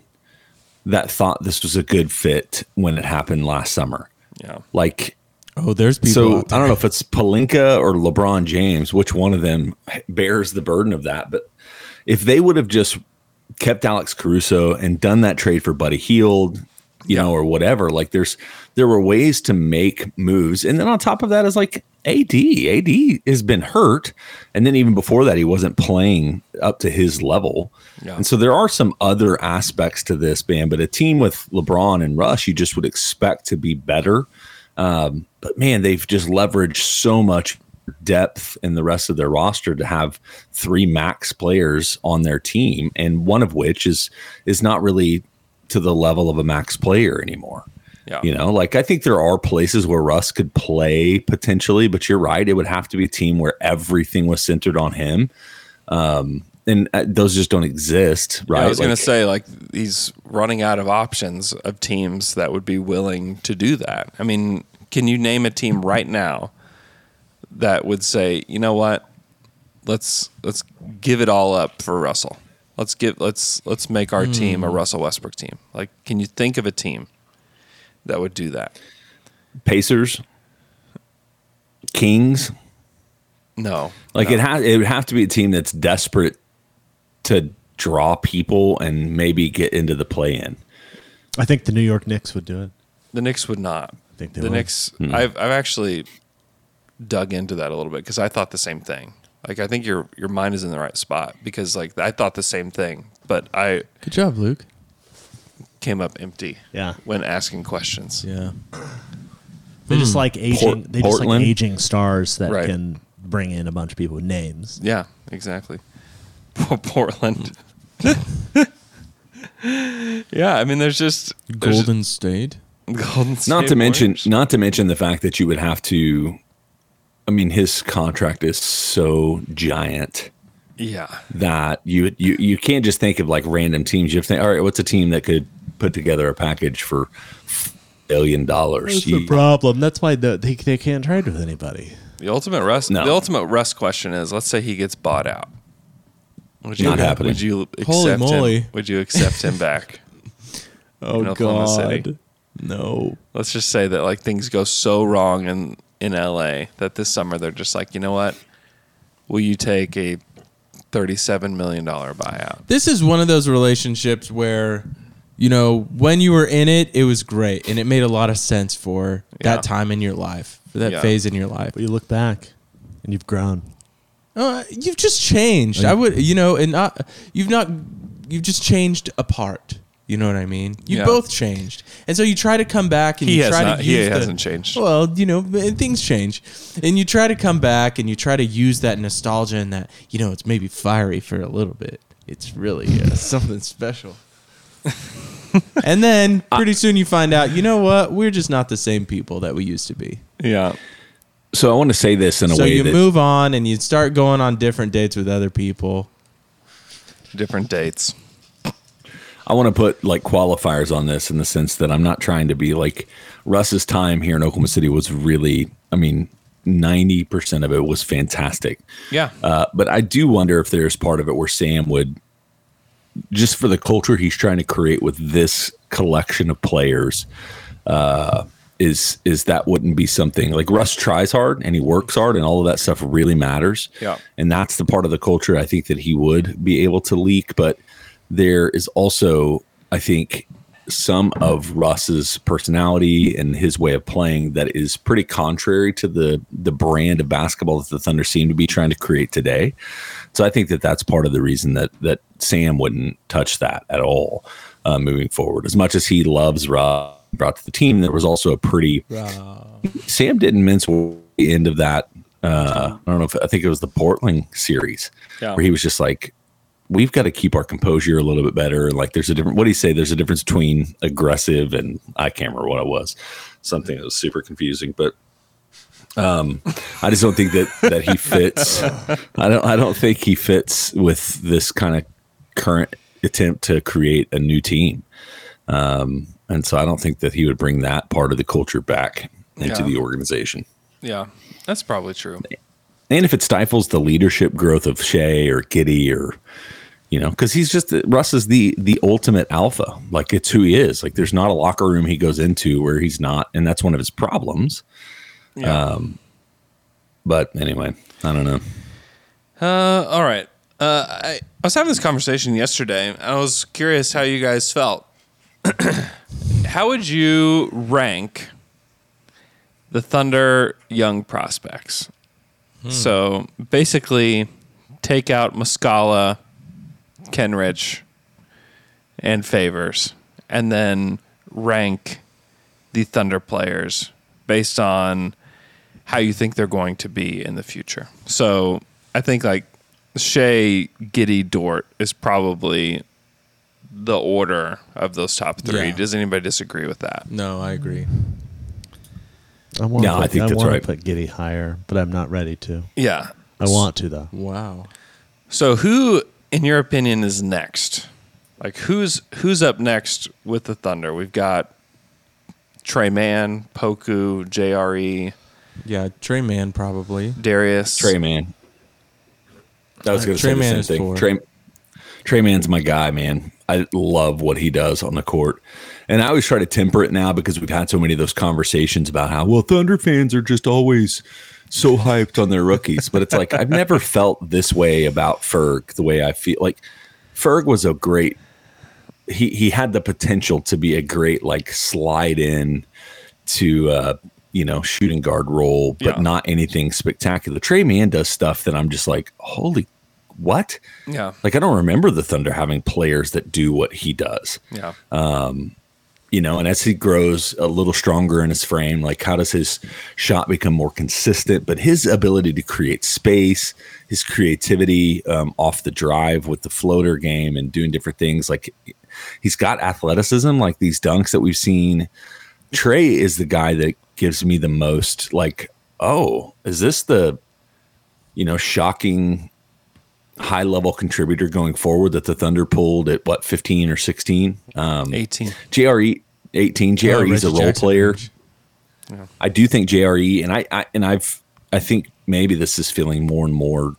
H: that thought this was a good fit when it happened last summer.
C: Yeah.
H: Like
G: oh, there's people.
H: so
G: out
H: I
G: there.
H: don't know if it's Palinka or LeBron James, which one of them bears the burden of that. But if they would have just kept Alex Caruso and done that trade for Buddy Heald, you know, or whatever, like there's there were ways to make moves. And then on top of that is like AD. AD has been hurt. And then even before that, he wasn't playing up to his level.
C: Yeah.
H: And so there are some other aspects to this, man. But a team with LeBron and Rush, you just would expect to be better. Um, but man, they've just leveraged so much depth in the rest of their roster to have three max players on their team, and one of which is is not really to the level of a max player anymore.
C: Yeah.
H: You know, like I think there are places where Russ could play potentially, but you're right; it would have to be a team where everything was centered on him, um, and uh, those just don't exist, right?
C: I was going
H: Like-
C: to say, like, he's running out of options of teams that would be willing to do that. I mean, can you name a team right now that would say, you know what, let's let's give it all up for Russell. Let's give let's let's make our team
H: Hmm.
C: a Russell Westbrook team. Like, can you think of a team that would do that?
H: Pacers, Kings.
C: No,
H: Like it has, it would have to be a team that's desperate to draw people and maybe get into the play-in.
E: I think the New York Knicks would do it.
C: The Knicks would not. I
E: think they
C: the
E: would.
C: Knicks. I've I've actually dug into that a little bit because I thought the same thing. Like I think your your mind is in the right spot because like I thought the same thing, but I
G: Good job, Luke.
C: came up empty.
E: Yeah.
C: When asking questions.
G: Yeah.
E: They
G: Hmm.
E: just like aging.
H: Port-
E: they just like
H: Portland?
E: aging stars that
C: Right.
E: can bring in a bunch of people with names.
C: Yeah, exactly. Poor Portland. yeah, I mean, there's just there's
G: Golden State.
C: Golden
H: Not
C: State
H: to mention,
C: Warriors.
H: not to mention the fact that you would have to. I mean, his contract is so giant
C: yeah,
H: that you you you can't just think of like random teams. You have to think, all right, what's a team that could put together a package for billion dollars?
E: That's the
H: You-
E: problem. That's why the, they they can't trade with anybody.
C: the ultimate Russ.
H: No.
C: The ultimate Russ question is: Let's say he gets bought out. Would you,
H: Not happening.
C: Would you accept
G: Holy moly.
C: Him? Would you accept him back?
G: Oh
C: In Oklahoma City. God.
G: No.
C: Let's just say that like things go so wrong in in LA that this summer they're just like, you know what? Will you take a thirty-seven million dollar buyout?
G: This is one of those relationships where you know, when you were in it, it was great and it made a lot of sense for
C: Yeah.
G: that time in your life, for that
C: Yeah.
G: phase in your life.
E: But you look back, and you've grown.
G: Uh, you've just changed. I would, you know, and not you've not you've just changed apart. You know what I mean? You
C: Yeah.
G: both changed, and so you try to come back and
C: He
G: you
C: has
G: try
C: not-
G: to
C: he
G: use the-
C: hasn't changed.
G: Well, you know, and things change, and you try to come back and you try to use that nostalgia and that you know it's maybe fiery for a little bit. It's really uh, something special. and then pretty soon you find out, you know what? We're just not the same people that we used to be.
C: Yeah.
H: so I want to say this in a
G: So
H: way
G: you
H: that
G: move on and you start going on different dates with other people.
C: Different dates.
H: I want to put like qualifiers on this in the sense that I'm not trying to be like Russ's time here in Oklahoma City was really, I mean, 90% of it was fantastic.
C: Yeah.
H: Uh, but I do wonder if there's part of it where Sam would, just for the culture he's trying to create with this collection of players, uh, is is that wouldn't be something like Russ tries hard and he works hard and all of that stuff really matters.
C: Yeah.
H: and that's the part of the culture I think that he would be able to leak. But there is also, I think, some of Russ's personality and his way of playing that is pretty contrary to the the brand of basketball that the Thunder seem to be trying to create today. So I think that that's part of the reason that that Sam wouldn't touch that at all uh, moving forward. As much as he loves Rob brought to the team, there was also a pretty Sam didn't mince words at the end of that. Uh, I don't know if I think it was the Portland series
C: Yeah.
H: where he was just like, "We've got to keep our composure a little bit better." Like, there's a different. What do you say? There's a difference between aggressive and I can't remember what it was. Something that was super confusing, but I just don't think that that he fits. I don't. I don't think he fits with this kind of current attempt to create a new team. Um, and so I don't think that he would bring that part of the culture back into
C: Yeah.
H: the organization.
C: Yeah. That's probably true.
H: And if it stifles the leadership growth of Shea or Giddy or you know, because he's just Russ is the the ultimate alpha. Like it's who he is. Like there's not a locker room he goes into where he's not, and that's one of his problems. Um,
C: Yeah.
H: But anyway, I don't know.
C: Uh, all right. Uh, I, I was having this conversation yesterday, and I was curious how you guys felt. how would you rank the Thunder young prospects?
E: Hmm.
C: So basically, take out Muscala, Kenrich, and Favors, and then rank the Thunder players based on how you think they're going to be in the future. So I think like Shea, Giddy, Dort is probably the order of those top three.
G: Yeah.
C: Does anybody disagree with that?
G: No, I agree.
E: I want.
H: No,
E: to put,
H: I think
E: I
H: that's
E: want
H: right.
E: to put Giddy higher, but I'm not ready to.
C: Yeah.
E: I want to though.
G: Wow.
C: So who, in your opinion, is next? Like who's who's up next with the Thunder? We've got Trey Mann, Poku, JRE,
G: Yeah, Trey Man probably.
C: E, Darius.
H: Trey Man. I was going to
G: Uh, Trey
H: say the
G: Man
H: same
G: is
H: thing.
G: four.
H: Trey, Trey Man's my guy, man. I love what he does on the court. And I always try to temper it now because we've had so many of those conversations about how, well, Thunder fans are just always so hyped on their rookies. But it's like, I've never felt this way about Ferg the way I feel. Like, Ferg was a great, he, he had the potential to be a great, like, slide in to uh, you know shooting guard role, but
C: Yeah.
H: not anything spectacular. Trey Man does stuff that I'm just like, holy, what?
C: Yeah.
H: Like I don't remember the Thunder having players that do what he does.
C: Yeah.
H: Um, You know, and as he grows a little stronger in his frame, like how does his shot become more consistent? But his ability to create space, his creativity um, off the drive with the floater game and doing different things, like he's got athleticism, like these dunks that we've seen. Trey is the guy that gives me the most like, oh, is this the you know shocking high level contributor going forward that the Thunder pulled at what 15 or 16? Um
C: 18.
H: JRE 18 JRE E is a
G: Oh, Reggie
H: role
G: Jackson.
H: player. I do think JRE and I, I and I've I think maybe this is feeling more and more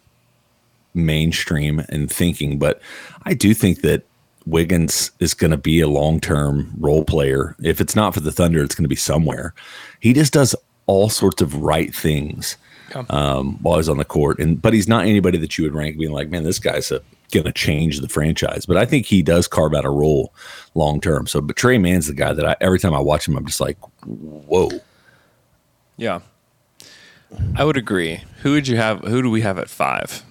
H: mainstream in thinking, but I do think that Wiggins is going to be a long term role player. If it's not for the Thunder, it's going to be somewhere. He just does all sorts of right things um, while he's on the court, and but he's not anybody that you would rank being like, man, this guy's a going to change the franchise. But I think he does carve out a role long term. So, but Trey Man's the guy that I every time I watch him, I'm just like, whoa.
C: Yeah. I would agree. Who would you have? Who do we have at five?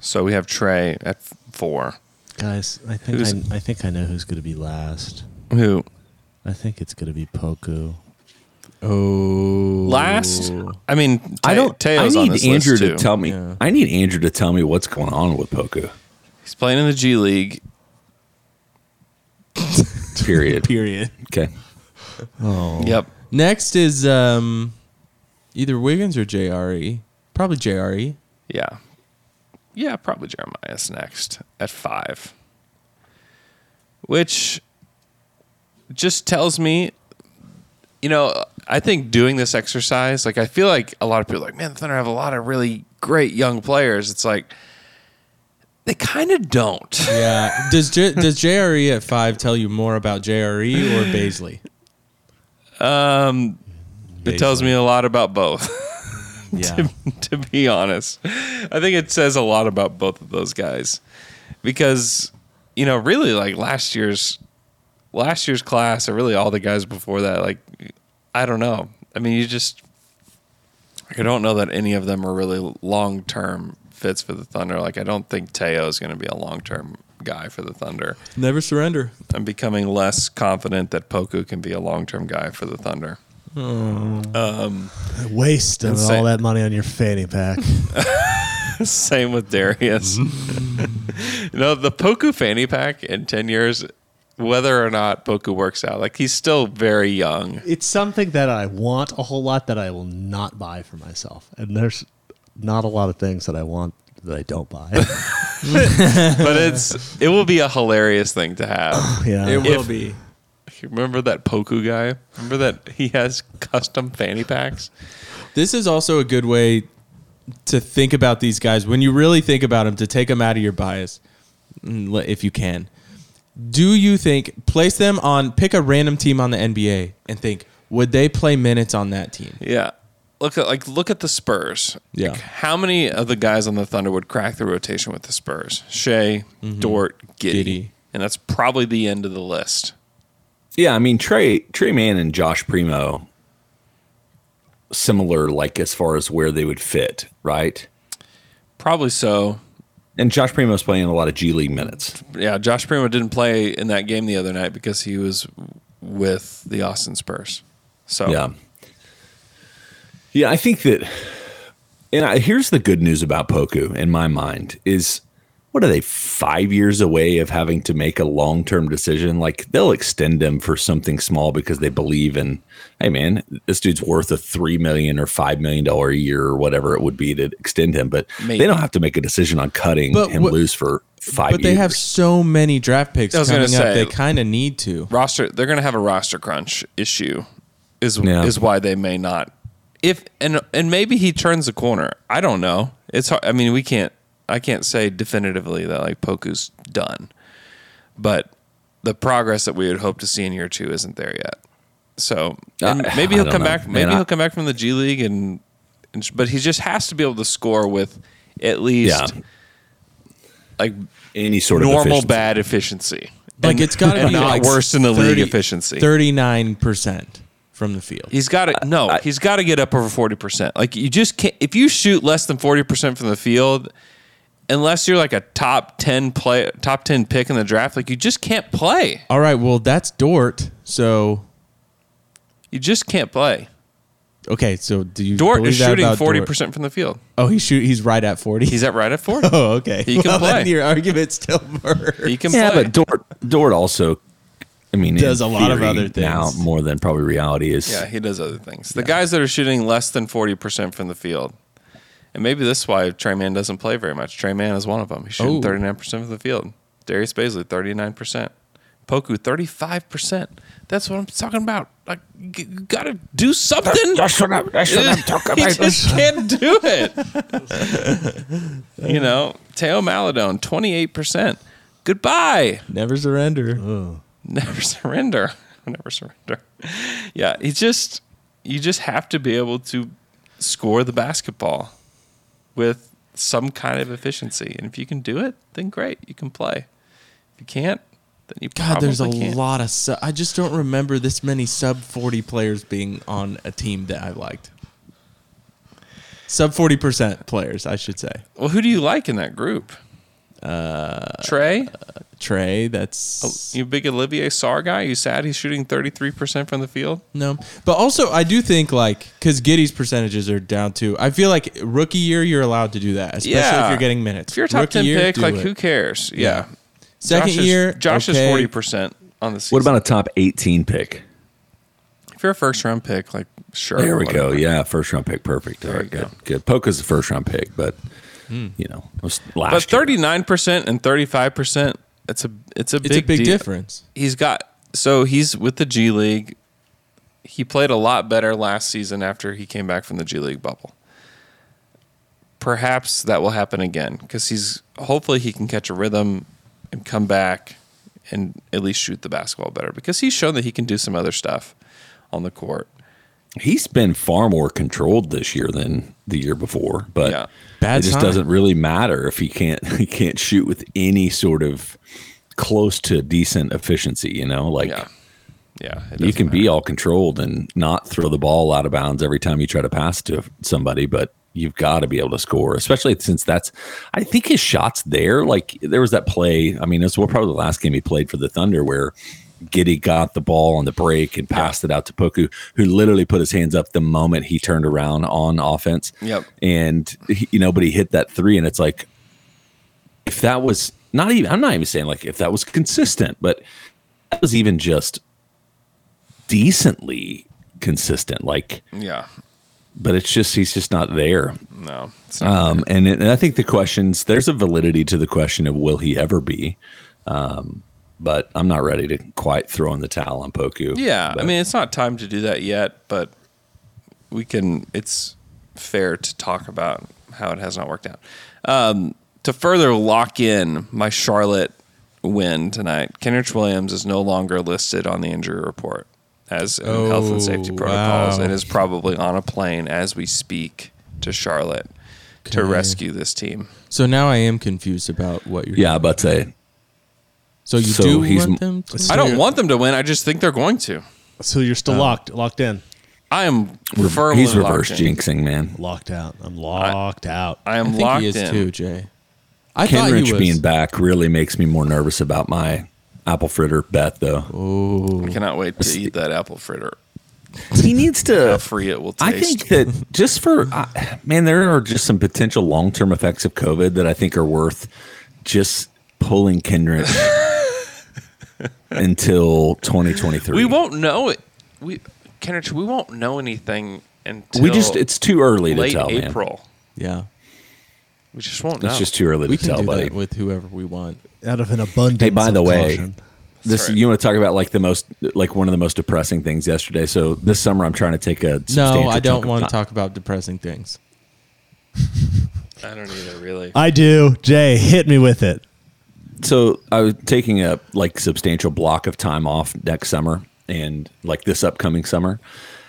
C: So we have Trey at f- four.
E: Guys, I think
C: Who's-
E: I, I think I know who's going to be last.
C: Who?
E: I think it's going to be Poku.
G: Oh,
C: Last? I mean,
H: I don't.
C: Teo's
H: I
C: on
H: need
C: this
H: Andrew
C: list
H: to
C: too.
H: tell me.
G: Yeah.
H: I need Andrew to tell me what's going on with Poku.
C: He's playing in the G League.
H: Period.
G: period.
H: Okay.
C: Yep.
G: Next is um, either Wiggins or JRE. Probably E. JRE.
C: Yeah. Yeah, probably Jeremiah's next at five. Which just tells me, you know, I think doing this exercise, like I feel like a lot of people are like, man, the Thunder have a lot of really great young players. It's like they kind of don't.
G: Yeah. does J- does JRE at five tell you more about JRE or Baisley?
C: Um, It tells me a lot about both.
G: Yeah.
C: to, to be honest. I think it says a lot about both of those guys because you know really like last year's last year's class or really all the guys before that like I don't know. I mean you just I don't know that any of them are really long term fits for the Thunder. Like I don't think Teo is going to be a long term guy for the Thunder.
G: Never surrender.
C: I'm becoming less confident that Poku can be a long term guy for the Thunder.
E: Waste of
C: Insane.
E: all that money on your fanny pack.
C: Same with Darius. you know, the Poku fanny pack in 10 years, whether or not Poku works out, like he's still very young.
E: it's something that I want a whole lot that I will not buy for myself. And there's not a lot of things that I want that I don't buy.
C: But it's it will be a hilarious thing to have.
E: yeah.
G: It will
C: If-
G: be.
C: Remember that Poku guy? Remember that he has custom fanny packs?
G: This is also a good way to think about these guys when you really think about them to take them out of your bias mm, le- if you can. Do you think place them on pick a random team on the NBA and think would they play minutes on that team?
C: Yeah. Look at like look at the Spurs.
G: Yeah.
C: Like, how many of the guys on the Thunder would crack the rotation with the Spurs? Shea, Dort, Giddy.
G: Giddey.
C: And that's probably the end of the list.
H: Yeah, I mean Trey Trey Mann and Josh Primo similar like as far as where they would fit, right?
C: Probably so.
H: And Josh Primo's playing a lot of G League minutes.
C: yeah, Josh Primo didn't play in that game the other night because he was with the Austin Spurs.
G: Oh.
C: So
H: Yeah. Yeah, I think that and I, here's the good news about Poku in my mind is what are they 5 years away of having to make a long-term decision like they'll extend him for something small because they believe in hey man this dude's worth a 3 million or 5 million dollar a year or whatever it would be to extend him but
C: Maybe.
H: they don't have to make a decision on cutting
G: But
H: him
G: what-
H: loose for 5
G: But they have
H: years.
G: so many draft picks
C: I was
G: coming
C: gonna
G: up.
C: say-
G: they kind of need to.
C: roster they're going to have a roster crunch issue is
H: Yeah.
C: is why they may not if and and maybe he turns the corner. I don't know. It's hard. I mean, we can't. I can't say definitively that like Poku's done, but the progress that we would hope to see in year two isn't there yet. So and
H: I-
C: maybe
H: I
C: he'll
H: don't
C: come
H: know.
C: back.
H: Man,
C: Maybe
H: I-
C: he'll come back from the G League and, and but he just has to be able to score with at least
H: Yeah.
C: like
H: Any sort of
C: normal
H: efficiency.
C: bad efficiency.
G: Like it's got to
C: and
G: be
C: not
G: like
C: worse than the league efficiency.
G: thirty nine percent from the field.
C: He's got to no. he's got to get up over forty percent. Like you just can't. If you shoot less than forty percent from the field, unless you're like a top ten play, top ten pick in the draft, like you just can't play.
G: All right, well that's Dort. So
C: You just can't play.
G: okay, so do you
C: Dort
G: believe
C: is
G: that
C: shooting
G: about Dort?
C: forty percent from the field.
G: Oh, he shoot. He's right at forty.
C: He's at right at forty.
G: oh, okay.
C: He can
G: well,
C: play.
G: Then your argument still burns.
C: He can
H: Yeah,
C: play.
H: but Dort Dort also, I mean, in
G: Does a lot of
H: theory
G: other things.
H: now more than probably reality is.
C: yeah, he does other things. The guys that are shooting less than forty percent from the field, and maybe this is why Trey Man doesn't play very much. Trey Man is one of them. He's
G: Oh.
C: shooting thirty nine percent from the field. Darius Baisley thirty nine percent. Poku thirty five percent. That's what I'm talking about. Like you gotta do something.
H: That's what I'm- that's what I'm talking
C: he
H: about.
C: just can't do it. you know, Teo Maladone twenty eight percent. Goodbye
G: Never surrender.
C: never surrender never surrender yeah he just you just have to be able to score the basketball with some kind of efficiency and if you can do it then great you can play if you can't then you
G: God, there's a
C: probably can't.
G: lot of sub. I just don't remember this many sub 40 players being on a team that I liked. Sub 40% players, I should say.
C: well who do you like in that group uh trey Oh,
G: Trey, that's
C: you big olivier sar guy you sad he's shooting 33% from the field
G: no. But also, I do think like because Giddy's percentages are down too. I feel like rookie year you're allowed to do that, especially if
C: Yeah.
G: you're getting minutes.
C: if you're a top
G: Rookie
C: 10
G: year,
C: pick
G: do
C: like
G: it.
C: who cares yeah,
G: Second
C: Josh is-
G: year,
C: josh
G: okay.
C: is 40% on the season.
H: What about a top 18 pick?
C: If you're a first round pick, like sure.
H: There we
C: whatever.
H: go. Yeah, first round pick. Perfect. All right,
C: we
H: good. Good. Poca's the first round pick, but you know, it was last
C: Hmm. But
H: year.
C: thirty nine percent and thirty five percent, it's a it's a
G: It's
C: big
G: a big
C: deal.
G: difference.
C: He's got so he's with the G League. He played a lot better last season after he came back from the G League bubble. Perhaps that will happen again because he's hopefully he can catch a rhythm and come back and at least shoot the basketball better because he's shown that he can do some other stuff on the court.
H: he's been far more controlled this year than the year before, but
C: Yeah.
G: Bad
H: it just
G: sign.
H: doesn't really matter if he can't he can't shoot with any sort of close to decent efficiency, you know? Like
C: Yeah, yeah. it
H: you
C: doesn't
H: can
C: matter.
H: be all controlled and not throw the ball out of bounds every time you try to pass to somebody, but you've got to be able to score, especially since that's I think his shots there, like there was that play, I mean, it's well probably the last game he played for the Thunder where Giddy got the ball on the break and passed it out to Poku, who literally put his hands up the moment he turned around on offense.
C: Yep.
H: And he, you know, but he hit that three and it's like if that was not even I'm not even saying like if that was consistent, but that was even just decently consistent. Like,
C: Yeah,
H: but it's just he's just not there.
C: no, it's not.
H: Um, and, it- and I think the questions there's a validity to the question of will he ever be. Um, but I'm not ready to quite throw in the towel on Poku.
C: Yeah, I
H: But-
C: mean it's not time to do that yet, but we can. It's fair to talk about how it has not worked out. Um, to further lock in my Charlotte win tonight, Kenrich Williams is no longer listed on the injury report as in health and safety
G: Oh,
C: protocols,
G: wow.
C: and is probably on a plane as we speak to Charlotte to
G: Okay.
C: rescue this team.
G: So now I am confused about what you're.
H: yeah, but uh, say
G: So you
H: So
G: do
H: he's-
G: want them. To
C: I don't want them to win. I just think they're going to.
E: So you're
C: Uh,
E: still locked, locked in,
C: I am firmly
H: he's reverse
C: locked in.
H: jinxing, man.
E: locked out. I'm locked out.
C: I
G: I
C: am
G: think
C: locked
G: he is
C: in.
G: too, Jay. I thought he
H: Kenrich
G: was.
H: being back really makes me more nervous about my apple fritter bet, though.
C: I cannot wait to eat that apple fritter.
H: He needs to
C: How free it will taste.
H: I think that just for I man, there are just some potential long term effects of COVID that I think are worth just pulling Kendrick until 2023.
C: we won't know it. We Kenrich, we won't know anything until
H: We just it's too early to
C: late
H: tell. man.
C: April.
G: Yeah,
C: We just won't know.
H: It's just too early
G: we
H: to
G: can
H: tell,
G: do
H: buddy.
G: that with whoever we want.
E: Out of an abundance.
H: Hey, by
E: of
H: the way,
E: caution.
H: this you want to talk about like the most like one of the most depressing things yesterday. So this summer I'm trying to take a substantial
G: No, I
H: chunk
G: don't
H: of
G: want to
H: time-
G: talk about depressing things.
C: I don't either, really.
E: I do. Jay, hit me with it.
H: so I was taking a like substantial block of time off next summer and like this upcoming summer,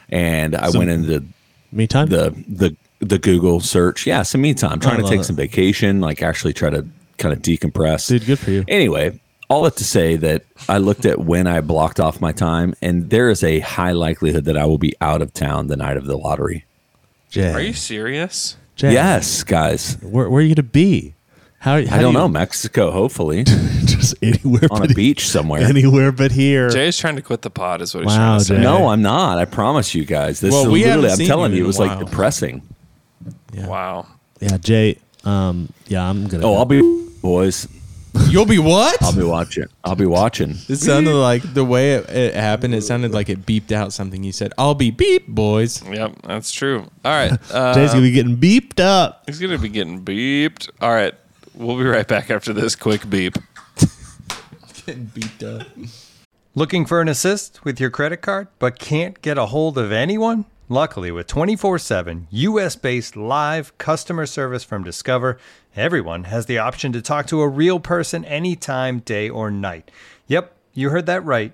H: and I went into
E: Me time.
H: the the the Google search. Yeah, some me time, trying to
E: love
H: take
E: it.
H: some vacation, like actually try to kind of decompress.
E: Dude, good for you.
H: Anyway, all that to say that I looked at when I blocked off my time, and there is a high likelihood that I will be out of town the night of the lottery.
E: Jay.
C: Are you serious?
E: Jay,
H: Yes, guys.
E: Where, where are you gonna be? How, how
H: I don't
E: do
H: know
E: you-
H: Mexico. Hopefully,
E: Just anywhere
H: on a
E: but
H: beach somewhere.
E: anywhere but here.
C: Jay's trying to quit the pod, is what he's
E: Wow,
C: trying to say.
E: Jay.
H: No, I'm not. I promise you guys. This
G: Well,
H: is
G: we haven't
H: literally. I'm
G: seen
H: telling
G: you
H: you,
G: in
H: it
G: a
H: was
G: while.
H: like depressing.
C: Wow.
E: Yeah, Jay. Um, yeah, I'm gonna.
H: Oh,
E: go.
H: I'll be boys.
G: You'll be what?
H: I'll be watching. I'll be watching.
G: It sounded like the way it, it happened. It sounded like it beeped out something. You said, "I'll be beep, boys."
C: Yep, that's true. All right. Uh,
E: Jay's gonna be getting beeped up.
C: he's going to be getting beeped. All right. We'll be right back after this quick beep.
G: Beeped up.
A: Looking for an assist with your credit card, but can't get a hold of anyone? Luckily, with 24 7 US based live customer service from Discover, everyone has the option to talk to a real person anytime, day or night. Yep, you heard that right.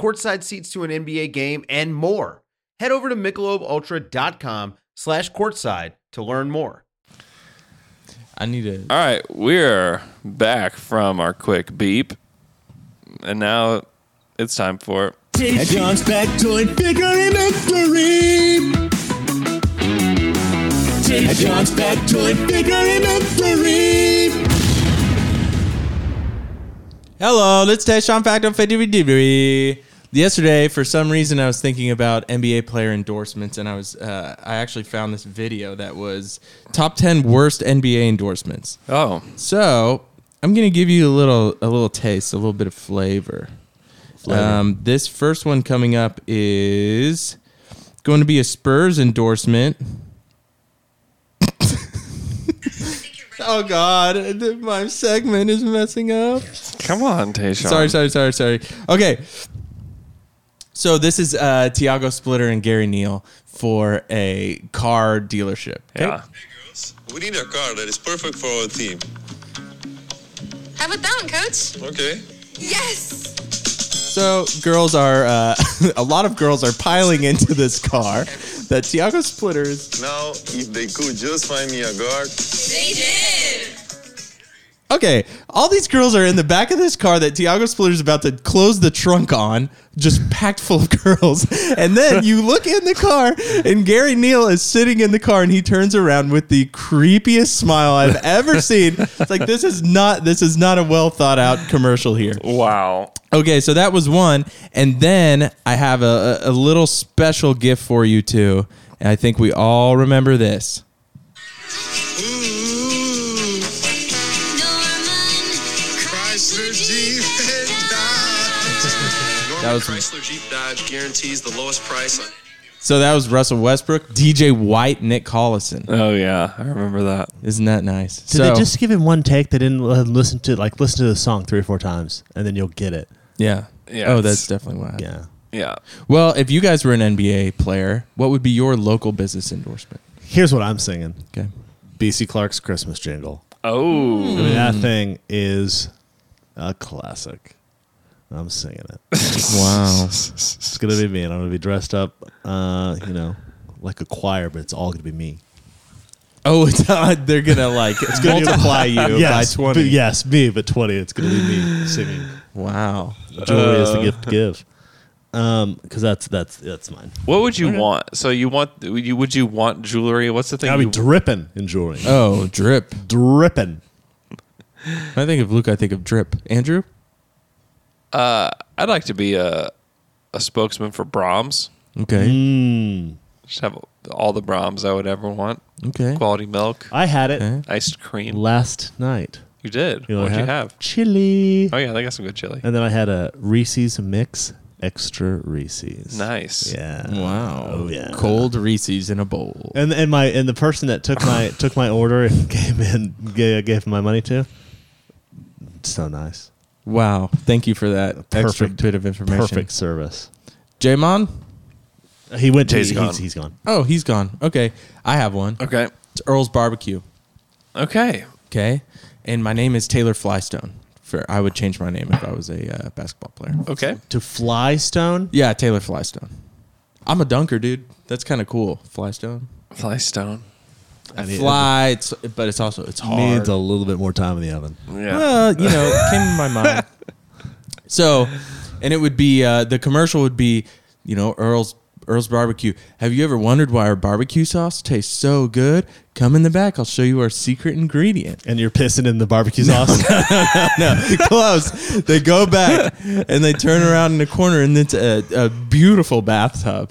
I: courtside seats to an NBA game, and more. Head over to michelobultra.com slash courtside to learn more.
G: I need to.
C: All right. We're back from our quick beep. And now it's time for.
B: At John's back toy pickery mystery. At John's back toy pickery mystery.
G: Hello, let's test Sean Facto 50 Yesterday, for some reason, I was thinking about NBA player endorsements, and I was uh, I actually found this video that was top ten worst NBA endorsements.
C: Oh,
G: So I'm gonna give you a little a little taste, a little bit of flavor. Um, this first one coming up is going to be a Spurs endorsement. oh God, my segment is messing up.
C: come on, Tayshawn.
G: Sorry, sorry, sorry, sorry. Okay. So this is uh, Tiago Splitter and Gary Neal for a car dealership. Okay?
C: Yeah.
J: We need a car that is perfect for our team.
K: How about that one, coach?
J: Okay.
K: Yes!
G: So girls are uh, a lot of girls are piling into this car that Tiago Splitters.
J: Now, if they could just find me a guard.
K: They did!
G: Okay, all these girls are in the back of this car that Tiago Splitters is about to close the trunk on, just packed full of girls. And then you look in the car, and Gary Neal is sitting in the car, and he turns around with the creepiest smile I've ever seen. It's like this is not this is not a well thought out commercial here.
C: Wow.
G: Okay, so that was one, and then I have a, a a little special gift for you too, and I think we all remember this.
K: Norman
J: Chrysler Jeep and Dodge. Norman
G: That was-
J: Chrysler Jeep Dodge guarantees the lowest price on.
G: So that was Russell Westbrook, DJ White, Nick Collison.
C: Oh, yeah. I remember that.
G: Isn't that nice?
E: Did
G: so
E: they just give him one take? They didn't uh, listen to like listen to the song three or four times, and then you'll get it.
G: yeah
C: Yeah,
G: Oh,
C: it's-
G: that's definitely what happened.
E: Yeah.
C: Yeah.
G: Well, if you guys were an NBA player, what would be your local business endorsement?
E: Here's what I'm singing:
G: Okay.
E: BC Clark's Christmas jingle.
C: Oh.
E: I mean, that thing is a classic. I'm singing it.
G: Wow.
E: It's gonna be me, and I'm gonna be dressed up, uh, you know, like a choir, but it's all gonna be me.
G: oh, it's, they're gonna like it's gonna multiply you
E: Uh, yes,
G: by twenty.
E: but yes, me, but twenty. It's gonna be me singing.
G: Wow.
E: Jewelry is the gift to give, um, because that's that's that's mine.
C: What would you want? So you want you would you want jewelry? What's the thing?
E: I'll be
C: you,
E: dripping in jewelry,
G: Oh, drip.
E: dripping.
G: When I think of Luke, I think of drip. Andrew.
C: I I'd like to be a a spokesman for Brahms.
G: Okay.
C: Just have all the Brahms I would ever want.
E: Okay. Uh,
C: Quality milk,
E: I had it
C: iced cream.
E: last night.
C: You did.
E: know
C: What'd
E: I
C: you
E: had?
C: have?
E: Chili.
C: Oh yeah, they got some good chili.
E: And then I had a Reese's mix, extra Reese's.
C: Nice.
E: Yeah.
G: Wow.
E: Oh, yeah.
G: Cold Reese's in a bowl.
E: And and my and the person that took my took my order and came in gave, gave my money to. So nice.
G: Wow. Thank you for that extra
E: Perfect-
G: bit of information.
E: Perfect service.
G: Jamon?
E: He went to
C: Jay's
E: he-
C: gone.
E: He's, he's gone.
G: Oh, he's gone. Okay. I have one.
C: Okay.
G: It's Earl's Barbecue.
C: Okay.
G: Okay. And my name is Taylor Flystone. For I would change my name if I was a uh, basketball player.
C: Okay.
E: To Flystone?
G: Yeah, Taylor Flystone. I'm a dunker, dude. That's kind of cool. Flystone.
C: Fly stone.
E: I need-
G: Fly, it's, but it's also it's hard.
E: Needs a little bit more time in the oven.
C: Yeah.
G: Well, you know, it came to my mind. So, and it would be uh, the commercial would be, you know, Earl's Earl's barbecue. Have you ever wondered why our barbecue sauce tastes so good? Come in the back. I'll show you our secret ingredient.
E: And you're pissing in the barbecue sauce.
G: Close. They go back and they turn around in the corner, and it's a, a beautiful bathtub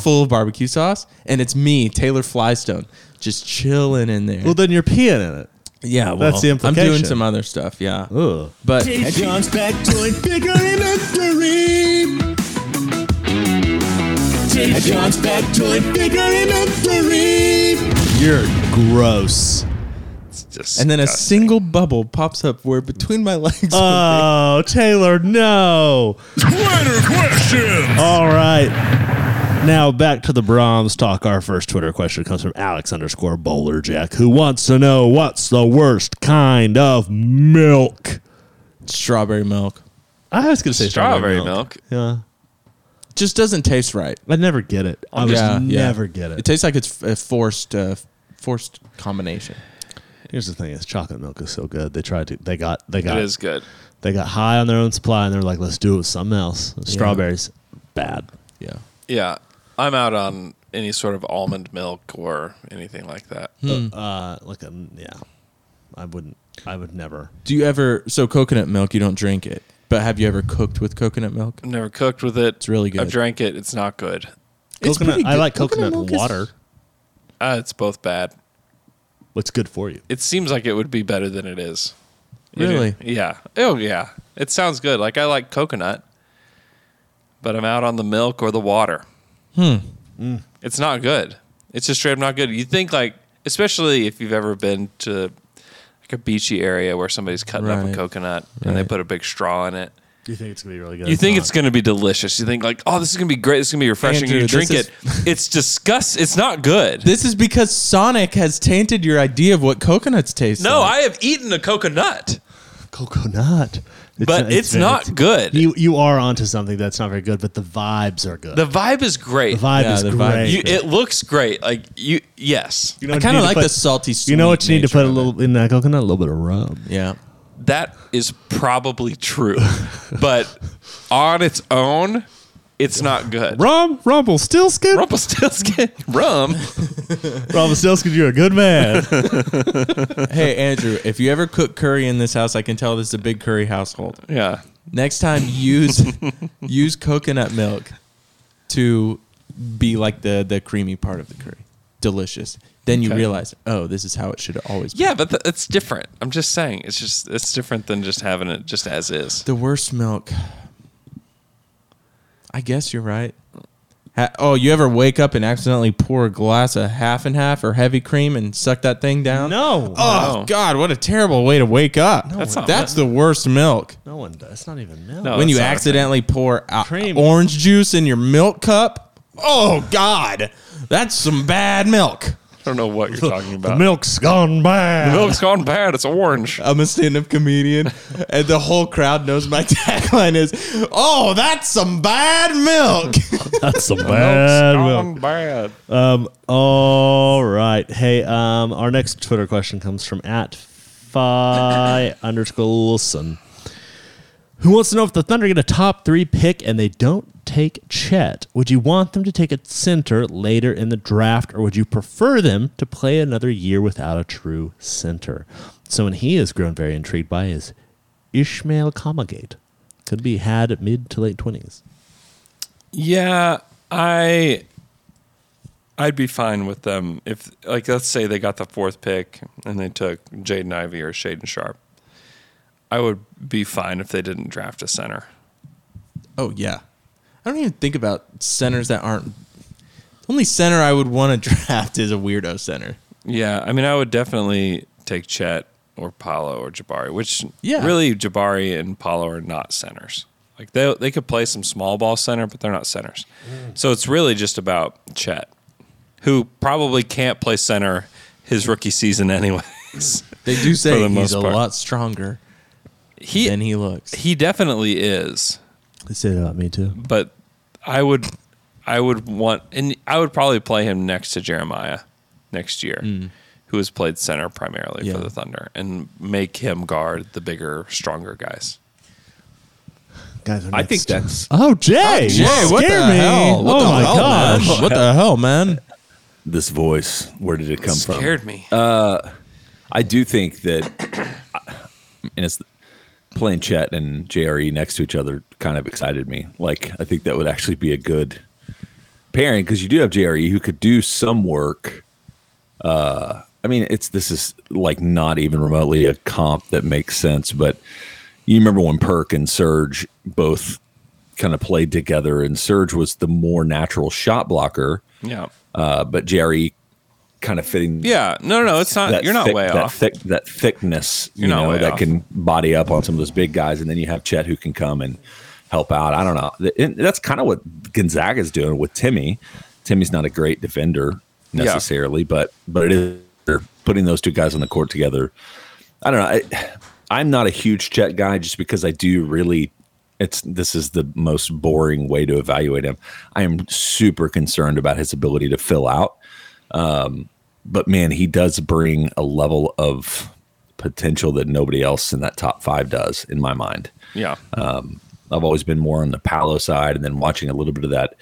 G: full of barbecue sauce, and it's me, Taylor Flystone, just chilling in there.
E: well, then you're peeing in it.
G: yeah,
E: that's the
G: I'm doing
E: implication.
G: some other stuff. Yeah,
E: Ugh.
G: but
E: John's back joint bigger in John's back joint bigger in You're gross.
C: It's just
G: And then a single bubble pops up where between my legs.
E: Oh, Taylor, no.
F: Twitter question.
E: All right. Now back to the Brahms talk. Our first Twitter question comes from Alex underscore Bowler Jack, who wants to know what's the worst kind of milk.
G: strawberry milk.
E: I was gonna say
C: strawberry milk.
E: Yeah,
G: Just doesn't taste right.
E: I never get it. I just
G: Yeah, yeah.
E: never get
G: It
E: it.
G: tastes like it's a forced, uh, forced combination.
E: Here's the thing: is chocolate milk is so good. They tried to. They got. They
C: It
E: got.
C: is good.
E: They got high on their own supply, and they're like, "Let's do it with something else." Strawberries, bad.
G: Yeah.
C: Yeah. I'm out on any sort of almond milk or anything like that.
E: Uh, like a yeah. I wouldn't. I would never.
G: Do you ever? So coconut milk, you don't drink it, but have you ever cooked with coconut milk?
C: I've never cooked with it. It's
G: really
C: I've
G: good.
C: drank it. It's not good.
G: It's pretty
E: Coconut. I
G: good.
E: like coconut,
G: milk is-
E: water.
C: Uh, it's both bad.
E: What's good for you?
C: It seems like it would be better than it is. You
G: Really?
C: do- Yeah. Oh yeah. It sounds good. Like I like coconut, but I'm out on the milk or the water. Hmm. It's not good. It's just straight up not good. You think like, especially if you've ever been to like a beachy area where somebody's cutting up
G: Right.
C: a coconut and they
G: Right.
C: put a big straw in it.
E: Do you think it's gonna be really good?
C: You think it's going to be delicious. You think like, oh, this is going to be great. This is going to be refreshing.
G: Andrew,
C: you drink
G: this
C: it. it's disgust. It's not good.
G: This is because Sonic has tainted your idea of what coconuts taste
C: no,
G: like.
C: I have eaten a coconut.
E: coconut. It's
C: But it's not good.
E: You you are onto something that's not very good, but the vibes are good.
C: The vibe is great.
E: The vibe
G: Yeah,
E: is
G: the
E: great.
G: vibe is
C: You, it looks great. Like you, yes,
E: You
G: I
E: what
G: kind
E: you
G: of
E: need to
G: like
E: put-
G: the salty. Sweet
E: You know what you need to
G: nature
E: put a
G: of it.
E: little in that coconut, a little bit of rum.
G: Yeah.
C: that is probably true, but on its own, it's not good.
E: Rum, Rumpelstiltskin,
C: Rumpelstiltskin rum.
E: Rumpelstiltskin, you're a good man.
G: Hey Andrew, if you ever cook curry in this house, I can tell this is a big curry household.
C: Yeah,
G: Next time, use use coconut milk to be like the the creamy part of the curry. Delicious. Then you
C: Okay.
G: realize, oh, this is how it should always be.
C: yeah, but th- it's different. I'm just saying, it's just it's different than just having it just as is.
G: The worst milk. I guess you're right. Ha- oh, you ever wake up and accidentally pour a glass of half and half or heavy cream and suck that thing down?
E: no,
G: Oh
C: No.
G: God, what a terrible way to wake up. that's
C: not-
G: the worst milk.
E: no one. does. It's not even milk.
C: No,
G: when
C: that's
G: you
C: not a thing.
G: accidentally pour out
E: Cream.
G: orange juice in your milk cup. Oh God, that's some bad milk.
C: I don't know what you're talking
E: The
C: about.
E: milk's gone bad.
C: Milk's gone bad. It's orange.
G: I'm a stand-up comedian, and the whole crowd knows my tagline is, "Oh, that's some bad milk."
E: That's some bad milk.
C: Gone bad.
E: Um, all right. Hey, um, our next Twitter question comes from at fi underscore Wilson, who wants to know if the Thunder get a top three pick and they don't take Chet. Would you want them to take a center later in the draft, or would you prefer them to play another year without a true center? Someone he has grown very intrigued by is Ishmael Kamagate. Could be had at mid to late 20s.
C: Yeah, I I'd be fine with them if like let's say they got the fourth pick and they took Jaden Ivey or Shaden Sharp. I would be fine if they didn't draft a center.
G: Oh yeah, I don't even think about centers that aren't. The only center I would want to draft is a weirdo center.
C: Yeah, I mean I would definitely take Chet or Paolo or Jabari, which
G: Yeah.
C: really Jabari and Paolo are not centers. Like they they could play some small ball center, but they're not centers. So it's really just about Chet, who probably can't play center his rookie season anyways.
G: They do
C: For
G: say
C: the
G: he's
C: most
G: a
C: part.
G: lot stronger
C: He-
G: than he looks.
C: He definitely is,
E: They say that about uh, me too.
C: but I would I would want and I would probably play him next to Jeremiah next year, who has played center primarily for
G: Mm. Yeah.
C: the Thunder, and make him guard the bigger, stronger guys.
E: Guys, are
H: I
E: next.
H: think that's
E: Oh, Jay! you scare me. oh my gosh.
G: What the hell, man?
H: this voice. Where did it come from?
C: Scared me.
G: Uh,
H: I do think that, and it's playing Chet and JRE next to each other kind of excited me. Like, I think that would actually be a good pairing because you do have JRE who could do some work. Uh, I mean, it's this is like not even remotely a comp that makes sense, but you remember when Perk and Surge both kind of played together, and Surge was the more natural shot blocker,
C: yeah.
H: uh, but JRE kind of fitting
C: Yeah, no, no, no, it's not. You're not
H: thick-
C: way
H: that
C: off.
H: Thick, that thickness, you
C: You're not
H: know,
C: way
H: that
C: off.
H: can body up on some of those big guys, and then you have Chet who can come and help out. I don't know. Th- and that's kind of what Gonzaga's doing with Timmy. Timmy's not a great defender
C: Yeah.
H: necessarily, but but it is they're putting those two guys on the court together. I don't know. I, I'm not a huge Chet guy just because I do really. It's this is the most boring way to evaluate him. I am super concerned about his ability to fill out but man, he does bring a level of potential that nobody else in that top five does, in my mind.
C: Yeah.
H: uh, I've always been more on the Palo side, and then watching a little bit of that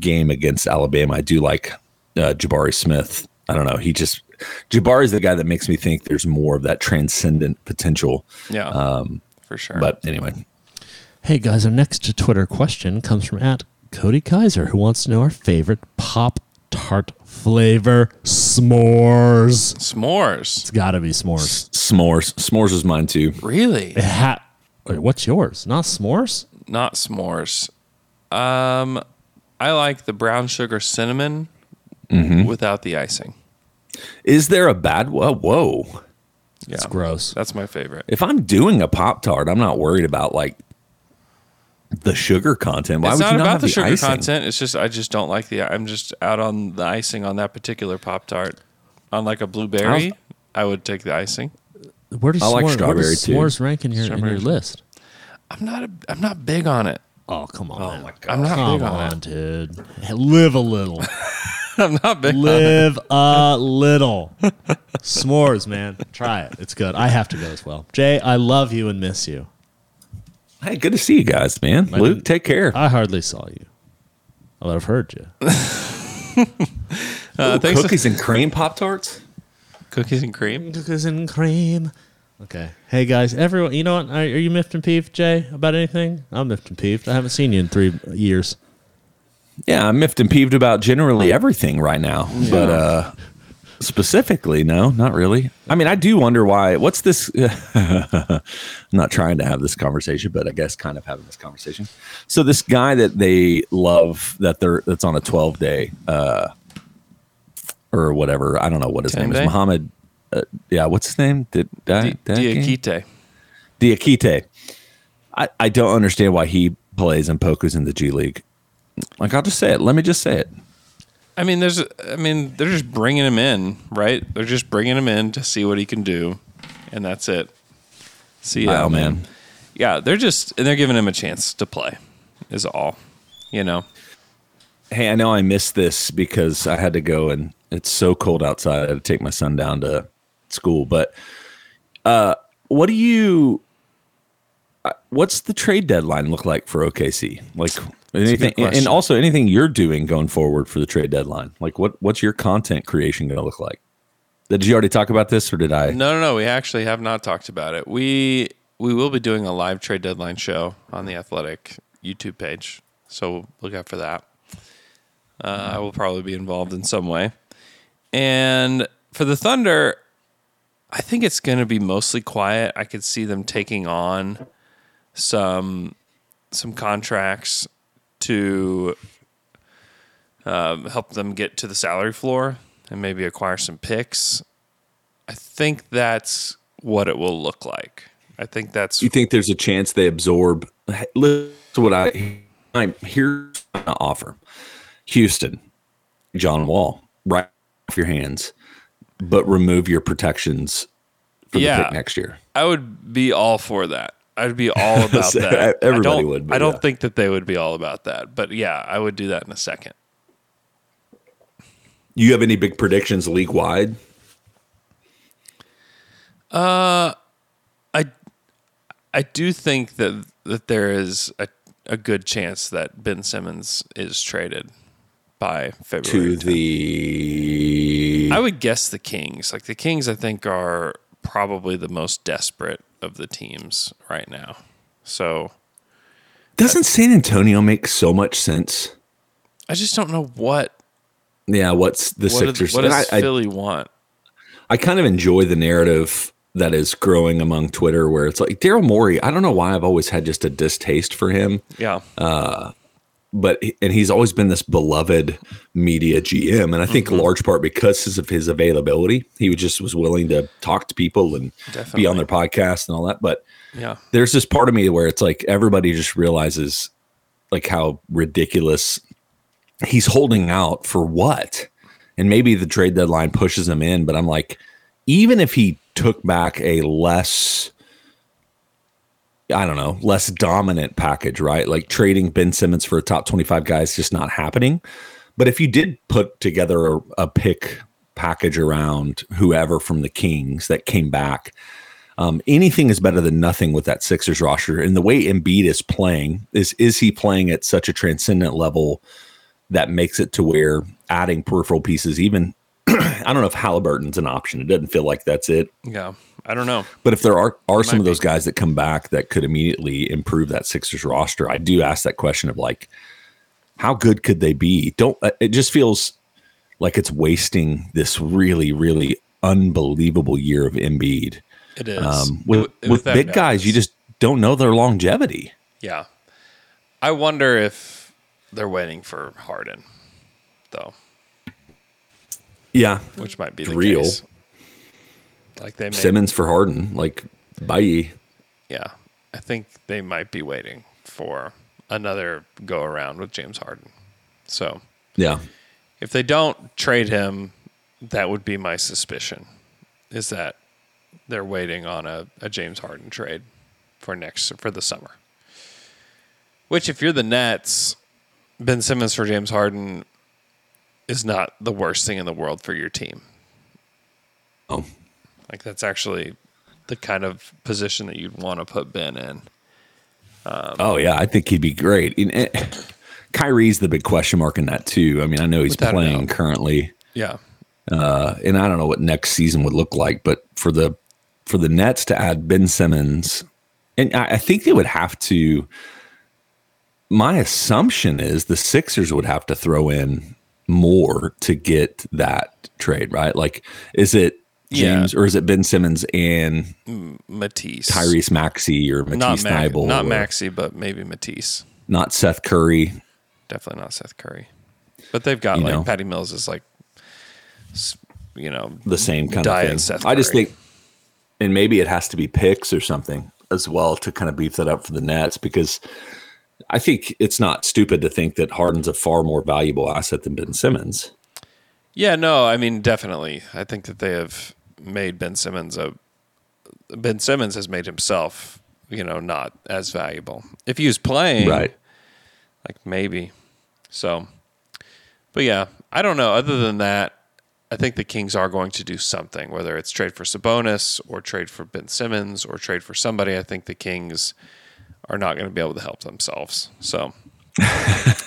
H: game against Alabama, I do like uh, Jabari Smith. I don't know. He just Jabari's the guy that makes me think there's more of that transcendent potential.
C: yeah.
H: Um,
C: for sure.
H: but anyway,
E: Hey guys, our next Twitter question comes from at Cody Kaiser, who wants to know our favorite Pop Tart flavor s'mores.
C: s'mores.
E: It's gotta be s'mores.
H: s'mores. S'mores is mine too.
C: Really?
E: It ha- Wait, what's yours? Not s'mores?
C: Not s'mores. Um, I like the brown sugar cinnamon
H: Mm-hmm.
C: without the icing.
H: Is there a bad? Whoa, whoa.
C: Yeah.
E: It's gross.
C: That's my favorite.
H: If I'm doing a Pop Tart, I'm not worried about like the sugar content. Why
C: it's
H: would
C: not
H: you not
C: about
H: have
C: the, sugar
H: icing?
C: content. It's just I just don't like the. I'm just out on the icing on that particular pop tart. On like a blueberry, I would take the icing.
E: Where does,
H: I
E: s'more-
H: like
E: where does
H: strawberry, too.
E: s'mores rank in your, in your
C: Strawberry.
E: list?
C: I'm not. A, I'm not big on it.
E: Oh, come on. Oh my God.
C: I'm not
E: Come
C: big on,
E: on,
C: it.
E: dude. Hey, Live a little.
C: I'm not big. on it.
E: Live a little. S'mores, man. Try it. It's good. I have to go as well. Jay, I love you and miss you.
H: Hey, good to see you guys, man. Luke, take care.
E: I hardly saw you. I would have heard you.
C: Uh,
H: Ooh,
C: thanks-
H: cookies and cream pop tarts.
C: cookies and cream.
E: Cookies and cream. Okay. Hey guys, everyone. You know what? Are, are you miffed and peeved, Jay, about anything? I'm miffed and peeved. I haven't seen you in three years.
H: Yeah, I'm miffed and peeved about generally everything right now, but uh, specifically, no, not really. I mean, I do wonder why. What's this? I'm not trying to have this conversation, but I guess kind of having this conversation. So this guy that they love that they're that's on a 12 day uh, or whatever. I don't know what his
C: 10
H: name
C: day?
H: is. Muhammad. Uh, yeah, what's his name? Did,
C: Di-
H: that
C: Diakite.
H: Diakite. I, I don't understand why he plays and Poku's in the G League. Like I'll just say it. Let me just say it.
C: I mean, there's. I mean, they're just bringing him in, right? They're just bringing him in to see what he can do, and that's it. See ya,
H: Oh, man.
C: Yeah, they're just and they're giving him a chance to play, is all. You know.
H: Hey, I know I missed this because I had to go and it's so cold outside. I had to take my son down to school. But uh, what do you? uh, What's the trade deadline look like for OKC? Like anything, and- and
C: question.
H: also anything you're doing going forward for the trade deadline. Like what? What's your content creation going to look like? Did you already talk about this, or did I?
C: No, no, no. We actually have not talked about it. We we will be doing a live trade deadline show on the Athletic YouTube page, so look out for that. Uh, I will probably be involved in some way. And for the Thunder, I think it's going to be mostly quiet. I could see them taking on some some contracts to um, help them get to the salary floor and maybe acquire some picks. I think that's what it will look like. I think that's
H: you think there's a chance they absorb? Listen to what I I'm here's my offer: Houston, John Wall, right off your hands, but remove your protections for the
C: Yeah.
H: pick next year.
C: I would be all for that. I'd be all about
H: So,
C: that. I
H: everybody
C: don't-
H: would, but
C: I don't
H: yeah.
C: think that they would be all about that, but yeah, I would do that in a second.
H: You have any big predictions league wide?
C: Uh, I I do think that that there is a a good chance that Ben Simmons is traded by
H: to
C: February.
H: the
C: I would guess the Kings. Like the Kings, I think are probably the most desperate of the teams right now. So
H: doesn't San Antonio make so much sense?
C: I just don't know what
H: Yeah, what's the
C: what,
H: Sixers?
C: does- what
H: and
C: does
H: I, I,
C: Philly want.
H: I kind of enjoy the narrative that is growing among Twitter, where it's like Daryl Morey. I don't know why I've always had just a distaste for him,
C: Yeah,
H: Uh, but and he's always been this beloved media GM, and I think a large part because of his availability, he was just was willing to talk to people and be on
C: Definitely.
H: their podcast and all that. But
C: yeah.
H: there's this part of me where it's like everybody just realizes like how ridiculous he's holding out for what and maybe the trade deadline pushes him in but i'm like even if he took back a less i don't know less dominant package right like trading ben simmons for a top 25 guy is just not happening but if you did put together a, a pick package around whoever from the kings that came back um, anything is better than nothing with that Sixers roster. And the way Embiid is playing is is he playing at such a transcendent level that makes it to where adding peripheral pieces, even I don't know if Halliburton's an option. It doesn't feel like that's it.
C: Yeah, I don't know.
H: But if there are are some
C: might
H: of those
C: be.
H: guys that come back that could immediately improve that Sixers roster, I do ask that question of like, how good could they be? Don't uh, it just feels like it's wasting this really really unbelievable year of Embiid.
C: It is
H: Um, with
C: It-
H: with
C: it- without
H: big
C: doubt.
H: guys, you just don't know their longevity.
C: Yeah, I wonder if they're waiting for Harden, though,
H: Yeah,
C: which might be
H: It's
C: the
H: real.
C: case. Like they may,
H: Simmons for Harden, like bye.
C: yeah, I think they might be waiting for another go around with James Harden. So
H: Yeah,
C: if they don't trade him, that would be my suspicion. Is that they're waiting on a, a James Harden trade for next for the summer. Which if you're the Nets, Ben Simmons for James Harden is not the worst thing in the world for your team.
H: Oh.
C: Like that's actually the kind of position that you'd want to put Ben in.
H: oh yeah, I think he'd be great. And, and Kyrie's the big question mark in that too. I mean, I know he's
C: Without a
H: playing
C: doubt.
H: currently.
C: Yeah.
H: and I don't know what next season would look like, but for the for the Nets to add Ben Simmons, and I, I think they would have to. My assumption is the Sixers would have to throw in more to get that trade, right? Like, is it
C: Yeah.
H: James or is it Ben Simmons and
C: Matisse.
H: Tyrese Maxey or
C: not
H: Matisse
C: Mac,
H: Thybulle? uh,
C: not
H: or
C: Maxi, but maybe Matisse.
H: not Seth Curry.
C: Definitely not Seth Curry. But they've got
H: You
C: like
H: know.
C: Patty Mills is like, s- you know,
H: the same kind
C: Diet
H: of thing.
C: Seth
H: I just
C: Curry.
H: think, and maybe it has to be picks or something as well to kind of beef that up for the Nets because I think it's not stupid to think that Harden's a far more valuable asset than Ben Simmons.
C: yeah, no, I mean, definitely. I think that they have made Ben Simmons a Ben Simmons has made himself, you know, not as valuable. If he was playing, like maybe. So, but yeah, I don't know. Other than that, I think the Kings are going to do something, whether it's trade for Sabonis or trade for Ben Simmons or trade for somebody. I think the Kings are not going to be able to help themselves. So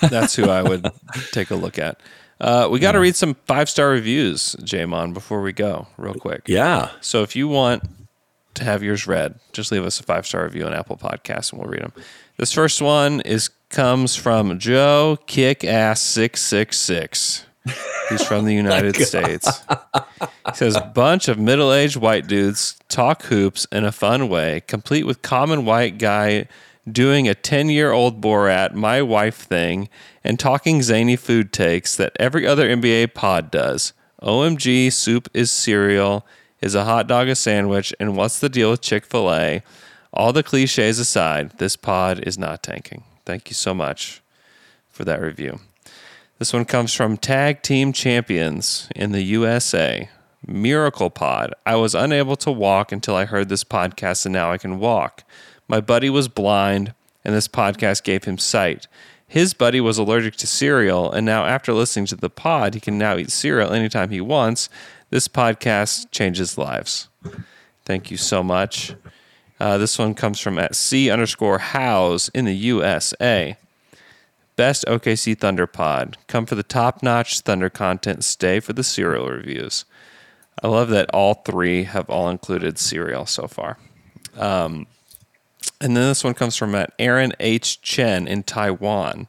C: that's who I would take a look at. Uh, we got to read some five star reviews, Jamon, before we go, real quick.
H: Yeah.
C: So if you want to have yours read, just leave us a five star review on Apple Podcasts and we'll read them. This first one is comes from Joe Kick Ass six six six. He's from the United States. He says, bunch of middle aged white dudes talk hoops in a fun way, complete with common white guy doing a 10 year old Borat, my wife thing, and talking zany food takes that every other NBA pod does. OMG, soup is cereal, is a hot dog a sandwich, and what's the deal with Chick fil A? All the cliches aside, this pod is not tanking. Thank you so much for that review. This one comes from Tag Team Champions in the USA. Miracle Pod. I was unable to walk until I heard this podcast, and now I can walk. My buddy was blind, and this podcast gave him sight. His buddy was allergic to cereal, and now after listening to the pod, he can now eat cereal anytime he wants. This podcast changes lives. Thank you so much. Uh, this one comes from at C underscore House in the USA. Best OKC Thunder pod. Come for the top notch Thunder content, stay for the cereal reviews. I love that all three have all included cereal so far. Um, and then this one comes from at Aaron H. Chen in Taiwan.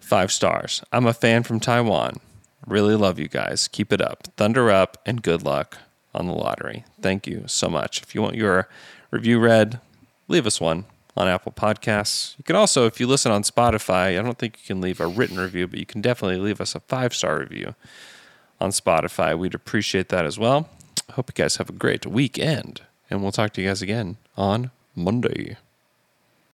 C: Five stars. I'm a fan from Taiwan. Really love you guys. Keep it up. Thunder up and good luck on the lottery. Thank you so much. If you want your review read, leave us one on Apple Podcasts. You can also, if you listen on Spotify, I don't think you can leave a written review, but you can definitely leave us a five star review on Spotify. We'd appreciate that as well. Hope you guys have a great weekend, and we'll talk to you guys again on Monday.